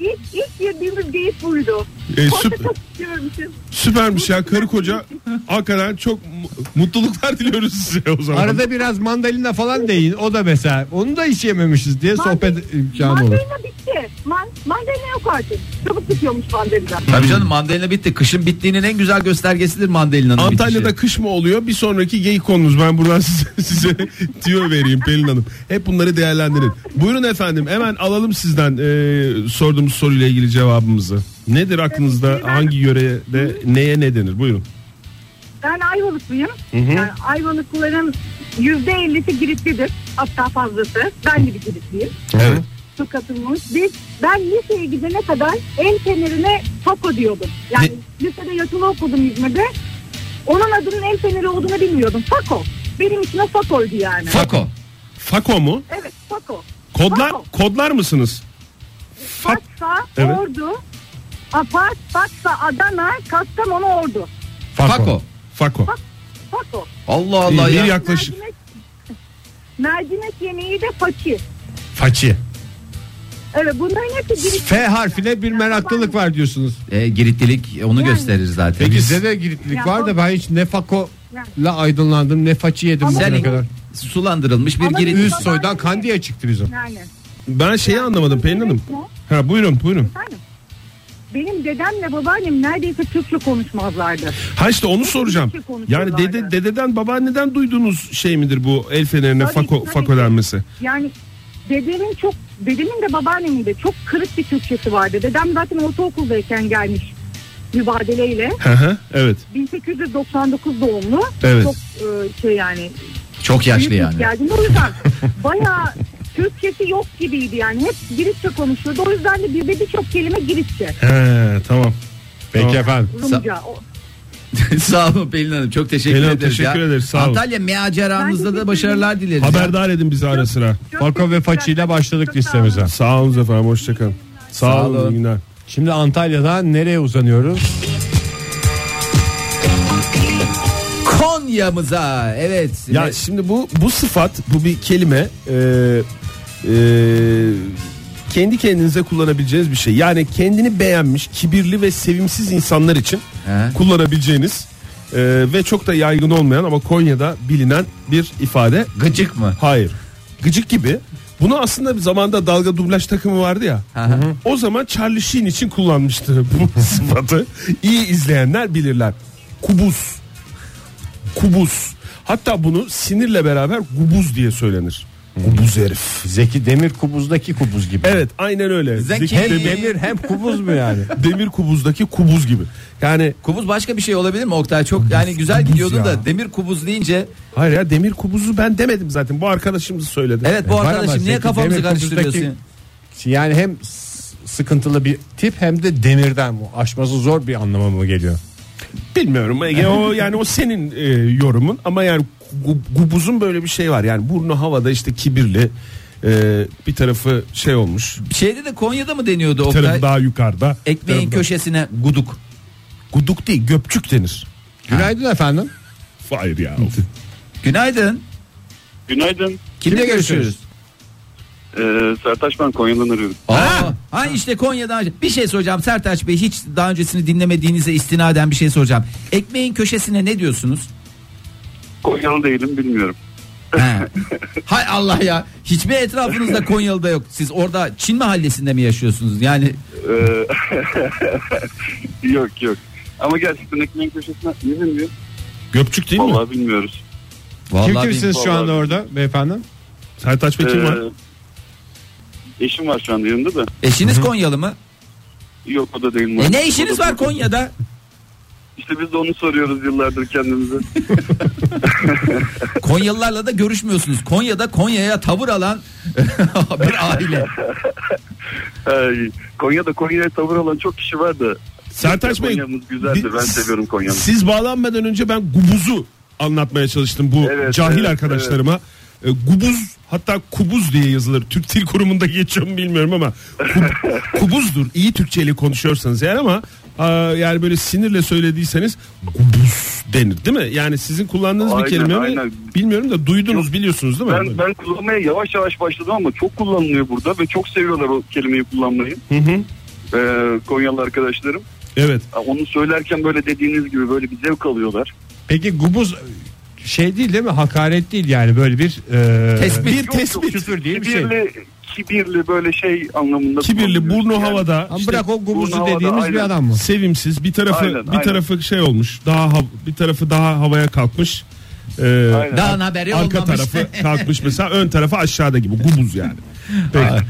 Speaker 8: ilk, ilk yediğimiz geyik buydu.
Speaker 4: E,
Speaker 8: Portakal
Speaker 4: süp-
Speaker 8: yememişiz.
Speaker 4: süpermiş ya karı koca. Hakikaten çok mu- mutluluklar <laughs> diliyoruz size o zaman.
Speaker 3: Arada biraz mandalina falan deyin. O da mesela onu da hiç yememişiz diye sohbet imkanı olur.
Speaker 8: Mandalina bitti. Man, mandalina yok artık. Çabuk bitiyormuş mandalina.
Speaker 2: Tabii canım mandalina bitti. Kışın bittiğinin en güzel göstergesidir mandalinanın
Speaker 4: Antalya'da
Speaker 2: bitişi.
Speaker 4: kış mı oluyor? Bir sonraki geyik konumuz. Ben buradan <laughs> size, size tüyo vereyim Pelin Hanım. Hep bunları değerlendirin. Buyurun efendim hemen alalım sizden e, sorduğumuz soruyla ilgili cevabımızı. Nedir aklınızda hangi yörede neye ne denir? Buyurun.
Speaker 8: Ben Ayvalıklıyım. Yani Ayvalıklıların yüzde ellisi Giritlidir. Hatta fazlası. Ben de bir Giritliyim.
Speaker 4: Evet.
Speaker 8: Su katılmış. Biz, ben liseye gidene kadar el fenerine toko diyordum. Yani lisede yatılı okudum İzmir'de. Onun adının el feneri olduğunu bilmiyordum. Tako. Benim için o takoydu yani.
Speaker 2: Fako.
Speaker 4: Fako mu?
Speaker 8: evet tako.
Speaker 4: Kodlar
Speaker 8: Fako.
Speaker 4: kodlar mısınız? Fak-
Speaker 8: Fatsa,
Speaker 4: Evet.
Speaker 8: Ordu. Afat, Fatsa, Adana, Kastamonu, Ordu.
Speaker 2: Fako.
Speaker 4: Fako.
Speaker 8: Tako.
Speaker 2: Allah Allah
Speaker 4: İyi, bir
Speaker 2: ya.
Speaker 4: yaklaşık.
Speaker 8: Mercimek, mercimek yemeği de paçi.
Speaker 3: Façi.
Speaker 8: Evet bunların hepsi Girit.
Speaker 3: F harfine bir meraklılık var diyorsunuz.
Speaker 2: E, giritlilik onu
Speaker 8: Yani.
Speaker 2: gösterir zaten.
Speaker 3: Peki,
Speaker 2: Biz-
Speaker 3: Bizde de giritlik
Speaker 8: Ya
Speaker 3: var da
Speaker 8: o-
Speaker 3: ben hiç ne fako'la aydınlandım ne façi yedim
Speaker 8: Ama-
Speaker 3: bugüne
Speaker 2: Sen
Speaker 3: kadar.
Speaker 2: sulandırılmış bir
Speaker 8: Ama
Speaker 2: girit.
Speaker 3: Üst soydan kandiya çıktı bizim.
Speaker 8: Yani.
Speaker 4: Ben şeyi anlamadım Pelin Hanım.
Speaker 8: Ne?
Speaker 4: Ha buyurun buyurun.
Speaker 8: Efendim? Benim dedemle babaannem neredeyse Türkçe konuşmazlardı.
Speaker 4: Ha işte onu soracağım.
Speaker 8: Türkçe
Speaker 4: Yani
Speaker 8: konuşuyorlardı.
Speaker 4: dede dededen babaanneden duyduğunuz şey midir bu el fenerine
Speaker 8: Tabii,
Speaker 4: fako
Speaker 8: tabii.
Speaker 4: fako denmesi?
Speaker 8: Yani dedemin çok dedemin de babaannemin de çok kırık bir Türkçesi vardı. Dedem zaten ortaokuldayken gelmiş mübadeleyle.
Speaker 4: Hı hı. Evet.
Speaker 8: 1899 doğumlu.
Speaker 4: Evet.
Speaker 8: Çok e, şey yani
Speaker 2: Çok yaşlı <laughs>
Speaker 8: büyük
Speaker 2: yani.
Speaker 8: ihtiyacım. O yüzden <laughs> bayağı Türkçesi yok gibiydi yani. Hep Giritçe konuşuyordu. O yüzden de bizde birçok kelime Giritçe.
Speaker 4: He tamam.
Speaker 3: Peki
Speaker 4: Tamam.
Speaker 3: efendim.
Speaker 8: Rumca. O-
Speaker 2: Sağ olun Pelin Hanım. Çok teşekkür
Speaker 4: Pelin Hanım,
Speaker 2: ederiz
Speaker 4: teşekkür
Speaker 2: ya.
Speaker 4: ederiz, sağ olun.
Speaker 2: Antalya meaceranızda
Speaker 8: Ben
Speaker 2: da
Speaker 8: de
Speaker 2: başarılar dileriz. ya.
Speaker 4: Haberdar edin bizi ara sıra.
Speaker 8: Çok
Speaker 3: Fako ve
Speaker 8: teşekkürler.
Speaker 3: façi ile başladık
Speaker 8: Çok sağ olun.
Speaker 3: listemize.
Speaker 4: Sağ olun efendim hoşçakalın. Sağ,
Speaker 2: Sağ
Speaker 4: olun.
Speaker 2: olun.
Speaker 4: iyi günler.
Speaker 3: Şimdi Antalya'dan nereye uzanıyoruz?
Speaker 2: Konya'mıza. Evet.
Speaker 4: Ya
Speaker 2: Ne-
Speaker 4: şimdi bu bu sıfat bu bir kelime e, e, kendi kendinize kullanabileceğiniz bir şey. Yani kendini beğenmiş kibirli ve sevimsiz insanlar için
Speaker 2: He.
Speaker 4: kullanabileceğiniz e, ve çok da yaygın olmayan ama Konya'da bilinen bir ifade.
Speaker 2: Gıcık mı?
Speaker 4: Hayır. Gıcık gibi. Bunu aslında bir zamanda dalga dublaj takımı vardı ya. O zaman Charlie Sheen için kullanmıştı <laughs> bu sıfatı. İyi izleyenler bilirler. Kubus. Kubus. Hatta bunu sinirle beraber gubuz diye söylenir. Gubuz herif.
Speaker 3: Zeki Demir kubuzdaki kubuz gibi.
Speaker 4: Evet aynen öyle.
Speaker 2: Zeki-
Speaker 4: Zeki
Speaker 3: Hem
Speaker 4: Demir,
Speaker 3: demir hem kubuz mu yani?
Speaker 4: <laughs> Demir kubuzdaki kubuz gibi. Yani
Speaker 2: Kubuz başka bir şey olabilir mi Oktay? Çok yani güzel gidiyordun da demir kubuz deyince
Speaker 4: hayır ya demir kubuzu ben demedim zaten. Bu arkadaşımız söyledi. E,
Speaker 2: evet bu
Speaker 3: var ama
Speaker 2: arkadaşım niye
Speaker 3: Zeki
Speaker 2: kafamızı
Speaker 3: Demir
Speaker 2: karıştırıyorsun?
Speaker 3: Kubuz'daki- Yani hem s- sıkıntılı bir tip hem de demirden bu aşması zor bir anlama mı geliyor?
Speaker 4: Bilmiyorum Ege
Speaker 6: <laughs>
Speaker 4: o yani o senin e, yorumun ama yani gu- gubuzun böyle bir şey var yani burnu havada işte kibirli e, bir tarafı şey olmuş
Speaker 2: Şeyde de Konya'da mı deniyordu
Speaker 4: bir tarafı
Speaker 2: Oktay?
Speaker 4: daha yukarıda
Speaker 2: Ekmeğin
Speaker 4: Bir tarafı
Speaker 2: köşesine guduk.
Speaker 4: daha- guduk değil göpçük denir.
Speaker 3: Günaydın efendim.
Speaker 4: Hayır ya.
Speaker 2: Günaydın.
Speaker 6: Günaydın.
Speaker 2: Kimle görüşüyoruz?
Speaker 6: Ee, Sertaç ben Konya'dan arıyorum.
Speaker 2: Aa, ha işte Konya'dan bir şey soracağım Sertaç Bey hiç daha öncesini dinlemediğinize istinaden bir şey soracağım. Ekmeğin köşesine ne diyorsunuz?
Speaker 6: Konyalı değilim bilmiyorum.
Speaker 2: He. Hay Allah ya. Hiçbir etrafınızda Konyalı'da yok. Siz orada Çin mahallesinde mi yaşıyorsunuz? Yani
Speaker 6: Ee, yok yok. Ama gerçekten ekmeğin köşesine ne deniyor?
Speaker 4: Göpçük değil mi?
Speaker 6: Vallahi bilmiyoruz.
Speaker 3: Kim
Speaker 2: vallahi
Speaker 3: kimsiniz şu
Speaker 6: vallahi
Speaker 3: anda orada beyefendi?
Speaker 4: Sertaç Bey kim var?
Speaker 6: Ee, eşim var şu anda yanında da.
Speaker 2: eşiniz Konyalı mı?
Speaker 6: Yok o da değil.
Speaker 2: E
Speaker 6: var.
Speaker 2: ne işiniz
Speaker 6: O da-
Speaker 2: var Konya'da?
Speaker 6: İşte biz de onu soruyoruz yıllardır kendimize.
Speaker 2: Konyalılarla da görüşmüyorsunuz. Konya'da Konya'ya tavır alan <laughs> bir aile.
Speaker 6: Ay, Konya'da Konya'ya tavır alan çok kişi var da.
Speaker 4: Sertaç Bey
Speaker 6: Konya'mız güzeldir.
Speaker 4: bir-
Speaker 6: Ben seviyorum Konya'mı.
Speaker 4: Siz bağlanmadan önce ben gubuzu
Speaker 3: anlatmaya çalıştım bu
Speaker 6: Evet,
Speaker 3: cahil
Speaker 6: evet,
Speaker 3: arkadaşlarıma. E, Gubuz hatta kubuz diye yazılır. Türk Dil Kurumu'nda <laughs> geçiyor mu bilmiyorum ama kub-
Speaker 6: <laughs>
Speaker 3: kubuzdur. İyi Türkçe ile konuşuyorsanız yani ama a, yani böyle sinirle söylediyseniz gubuz denir değil mi? Yani sizin kullandığınız bir
Speaker 6: Aynen,
Speaker 3: kelime mi?
Speaker 6: aynen.
Speaker 3: Bilmiyorum da duydunuz biliyorsunuz değil mi?
Speaker 6: Ben, ben kullanmaya yavaş yavaş başladım ama çok kullanılıyor burada ve çok seviyorlar o kelimeyi kullanmayı.
Speaker 3: Hı hı.
Speaker 6: Ee, Konyalı arkadaşlarım.
Speaker 3: Evet.
Speaker 6: Ha, Onu söylerken böyle dediğiniz gibi böyle bir zevk alıyorlar.
Speaker 4: Peki gubuz şey değil değil mi? Hakaret değil yani böyle bir e,
Speaker 2: Tespit.
Speaker 3: Bir
Speaker 6: Yok, yok,
Speaker 3: tespit.
Speaker 4: küfür değil bir şey.
Speaker 6: Kibirli, kibirli böyle şey anlamında.
Speaker 3: Kibirli
Speaker 6: kullanılıyor.
Speaker 3: burnu
Speaker 6: Yani
Speaker 3: havada.
Speaker 4: Ama
Speaker 3: işte
Speaker 4: bırak o
Speaker 6: burnu
Speaker 4: gubuzlu
Speaker 6: havada,
Speaker 4: dediğimiz bir
Speaker 6: aynen.
Speaker 4: adam mı?
Speaker 3: sevimsiz bir tarafı
Speaker 6: Aynen,
Speaker 3: bir
Speaker 6: aynen.
Speaker 3: tarafı şey olmuş daha hav- bir tarafı daha havaya kalkmış Ee,
Speaker 6: Aynen.
Speaker 2: Dağın haberi
Speaker 3: arka
Speaker 2: olmamış. <laughs>
Speaker 3: tarafı kalkmış mesela ön tarafı aşağıda gibi gubuz yani Peki.
Speaker 6: Aynen,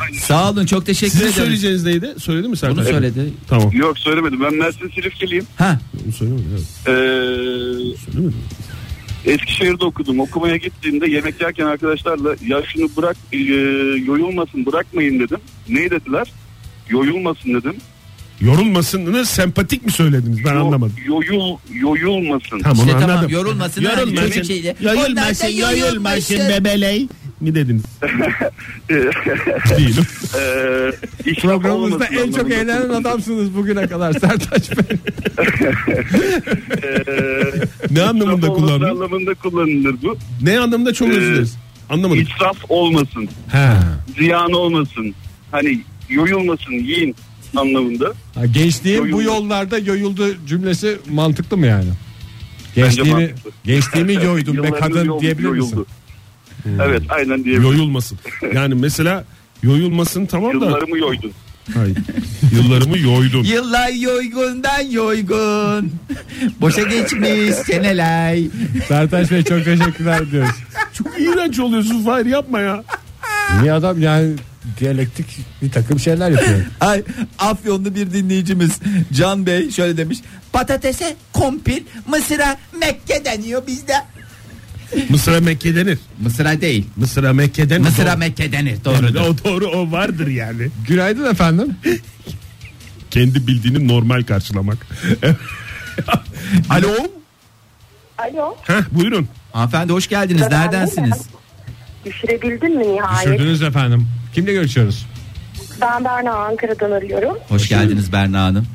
Speaker 6: aynen.
Speaker 2: Sağ olun çok teşekkür
Speaker 3: sizin
Speaker 2: ederim.
Speaker 3: söyleyeceğiniz neydi söyledi mi Serkan
Speaker 2: Bunu söyledi.
Speaker 3: tamam
Speaker 6: Yok söylemedim. Ben Mersin Silifkeliyim.
Speaker 2: Ha.
Speaker 3: bunu söylemedi evet.
Speaker 6: Ee,
Speaker 3: söylemedi
Speaker 6: Eskişehir'de okudum. Okumaya gittiğimde yemek yerken arkadaşlarla ya şunu bırak e, yoyulmasın bırakmayın dedim. Ne dediler? Yoyulmasın dedim.
Speaker 3: yorulmasını sempatik mi söylediniz ben
Speaker 6: Yo-
Speaker 3: anlamadım
Speaker 6: yoyul yoyulmasın. <laughs>
Speaker 3: tamam
Speaker 2: İşte
Speaker 3: onu
Speaker 2: tamam
Speaker 3: anladım
Speaker 2: yorulmasın. Hani çocuk şeyle. Onlar da
Speaker 3: bebeley mi
Speaker 4: <laughs>
Speaker 3: dediniz
Speaker 6: Ee,
Speaker 3: değilim
Speaker 6: e, iş
Speaker 4: Programımızda
Speaker 6: olmasın
Speaker 4: en çok
Speaker 6: anlamında.
Speaker 4: eğlenen adamsınız bugüne kadar Sertaç Bey. <laughs>
Speaker 6: Ee,
Speaker 3: ne anlamında
Speaker 6: israf olması
Speaker 3: kullandın
Speaker 6: anlamında kullanılır bu.
Speaker 3: ne anlamda çok
Speaker 6: Ee,
Speaker 3: özür dileriz anlamadım
Speaker 6: İsraf olmasın.
Speaker 4: Ha.
Speaker 6: Ziyan olmasın. Hani yoyulmasın yiyin anlamında.
Speaker 4: Ha, Gençliğin bu
Speaker 6: Yoyuldu.
Speaker 4: yollarda yoyuldu cümlesi mantıklı mı yani? Gençliğini,
Speaker 6: mantıklı.
Speaker 4: gençliğimi yoydum be
Speaker 6: Yıllarınız
Speaker 4: kadın
Speaker 6: yol-
Speaker 4: diyebilir misin?
Speaker 6: yoyuldu. Evet aynen diyebilirim.
Speaker 3: yoyulmasın yani mesela yoyulmasın tamam da
Speaker 6: Yıllarımı yoydum.
Speaker 3: Hayır. Yıllarımı yoydum.
Speaker 2: Yıllar yoygundan yoygun. <laughs> Boşa geçmiş seneler.
Speaker 4: <laughs> Sertaç Bey çok teşekkürler diyoruz.
Speaker 3: Çok iğrenç oluyorsun Fahir yapma ya.
Speaker 4: Niye adam yani diyalektik bir takım şeyler yapıyor.
Speaker 2: Ay, Afyonlu bir dinleyicimiz Can Bey şöyle demiş. Patatese kompil, mısıra Mekke deniyor bizde.
Speaker 3: Mısır'a Mekke denir.
Speaker 2: Mısıra değil.
Speaker 3: Mısır'a Mekke denir.
Speaker 2: Mısıra Mekke denir
Speaker 3: doğru.
Speaker 2: doğrudur.
Speaker 3: O doğru o vardır yani.
Speaker 4: Günaydın efendim.
Speaker 3: <laughs> Kendi bildiğini normal
Speaker 4: <laughs>
Speaker 3: karşılamak. Alo.
Speaker 8: Alo.
Speaker 3: Heh, buyurun.
Speaker 2: Hanımefendi hoş geldiniz. Neredensiniz?
Speaker 8: Düşürebildin mi nihayet?
Speaker 4: Düşürdünüz efendim. Kimle görüşüyoruz?
Speaker 8: Ben Berna Ankara'dan arıyorum.
Speaker 2: Hoş geldiniz Berna Hanım.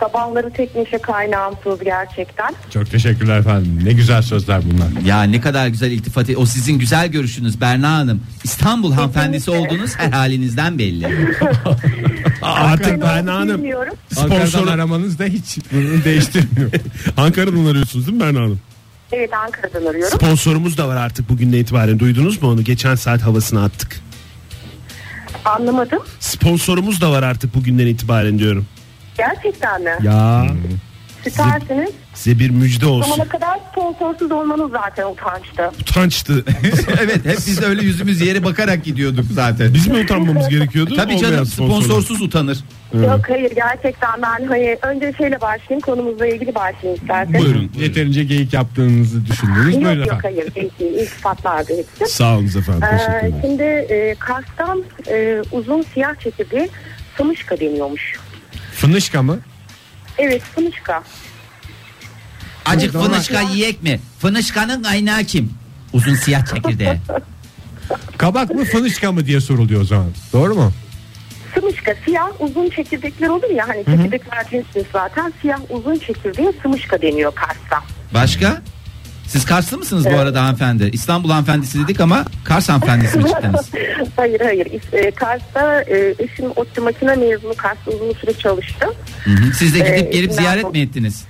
Speaker 8: Sabahları tek neşe kaynağımsınız gerçekten.
Speaker 4: Çok teşekkürler efendim. Ne güzel sözler bunlar.
Speaker 2: Ya ne kadar güzel iltifat. e- O sizin güzel görüşünüz Berna Hanım. İstanbul hanımefendisi
Speaker 8: Kesinlikle.
Speaker 2: olduğunuz her halinizden belli.
Speaker 3: artık ben hanım.
Speaker 8: Bilmiyorum.
Speaker 4: Ankara'dan
Speaker 3: Sponsor
Speaker 4: aramanız da hiç bunu değiştirmiyor.
Speaker 3: Ankara'dan arıyorsunuz değil mi Berna Hanım?
Speaker 8: Evet Ankara'dan arıyorum.
Speaker 3: Sponsorumuz da var artık bugünden itibaren. Duydunuz mu onu? Geçen saat havasını attık.
Speaker 8: Anlamadım.
Speaker 3: Sponsorumuz da var artık bugünden itibaren diyorum.
Speaker 8: Gerçekten mi?
Speaker 3: Ya
Speaker 8: Süpersiniz.
Speaker 3: size bir müjde olsun.
Speaker 8: Zamana kadar sponsorsuz olmanız zaten utançtı.
Speaker 3: Utançtı.
Speaker 2: <laughs> evet hep biz öyle yüzümüz yere bakarak gidiyorduk zaten.
Speaker 3: Biz mi
Speaker 8: <laughs>
Speaker 3: utanmamız gerekiyordu?
Speaker 2: Tabii
Speaker 3: Olmayan
Speaker 2: canım
Speaker 3: sponsorumuz.
Speaker 2: sponsorsuz utanır.
Speaker 8: Yok hayır gerçekten ben hani önce şeyle başlayayım konumuzla ilgili başlayayım istersen.
Speaker 3: Buyurun.
Speaker 4: Yeterince geyik yaptığınızı düşündünüz.
Speaker 8: Yok
Speaker 4: Buyurun
Speaker 8: yok
Speaker 4: efendim.
Speaker 8: hayır. İlk, ilk sıfatlardı hepsi.
Speaker 3: Sağ olun efendim.
Speaker 8: Ee, şimdi e, Kars'tan e, uzun siyah çekirdeği Samışka deniyormuş.
Speaker 4: Fınışka mı?
Speaker 8: Evet Samışka.
Speaker 2: Acık fınışka yiyek mi? Fınışkanın kaynağı kim? Uzun siyah çekirdeği.
Speaker 4: Kabak mı fınışka mı diye soruluyor o zaman. Doğru mu?
Speaker 8: Sımışka siyah uzun çekirdekler olur ya hani çekirdekler cinsiniz zaten siyah uzun çekirdeğe sımışka deniyor Kars'ta.
Speaker 2: Başka? Siz Karslı mısınız bu arada hanımefendi? İstanbul hanımefendisi dedik ama Kars hanımefendisi mi
Speaker 8: <laughs>
Speaker 2: çıktınız?
Speaker 8: hayır hayır İs- e, Kars'ta e, eşim otçu makine mezunu Kars'ta uzun süre çalıştı.
Speaker 2: Hı hı. Siz de gidip
Speaker 8: Ee,
Speaker 2: gelip
Speaker 8: İstanbul.
Speaker 2: ziyaret mi ettiniz?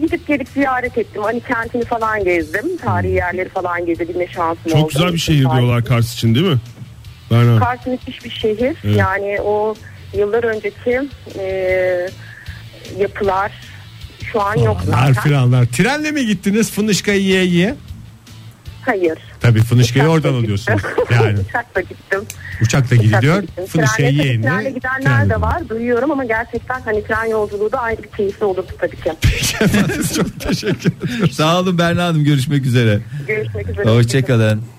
Speaker 8: Gidip gelip ziyaret ettim hani kentini falan gezdim tarihi yerleri falan gezebilme şansım oldu.
Speaker 3: Çok güzel bir şehir diyorlar Kars için değil mi? Berna. Hanım.
Speaker 8: Kars müthiş bir şehir
Speaker 3: Evet.
Speaker 8: yani o yıllar önceki e, yapılar şu an yok
Speaker 4: Alar
Speaker 8: zaten.
Speaker 4: filanlar. Trenle mi gittiniz fınışka yiye yiye?
Speaker 8: Hayır.
Speaker 4: Tabii fınışkayı
Speaker 8: Uçakla
Speaker 4: oradan
Speaker 8: gittim.
Speaker 4: alıyorsunuz. Yani
Speaker 8: <laughs> Uçakla gittim.
Speaker 4: uçakla
Speaker 8: Uçakla
Speaker 4: gidiliyor.
Speaker 8: gittim.
Speaker 4: Fınışkayı
Speaker 8: Trenle-
Speaker 4: yiyen
Speaker 8: trenle
Speaker 4: de
Speaker 8: gidenler
Speaker 4: trenle
Speaker 8: de var duyuyorum ama gerçekten hani tren yolculuğu da ayrı bir keyifli olurdu tabii ki.
Speaker 4: gidiyor. Çok teşekkür ederim.
Speaker 2: Sağ olun Berna Hanım görüşmek üzere.
Speaker 8: Görüşmek üzere.
Speaker 2: Hoşçakalın.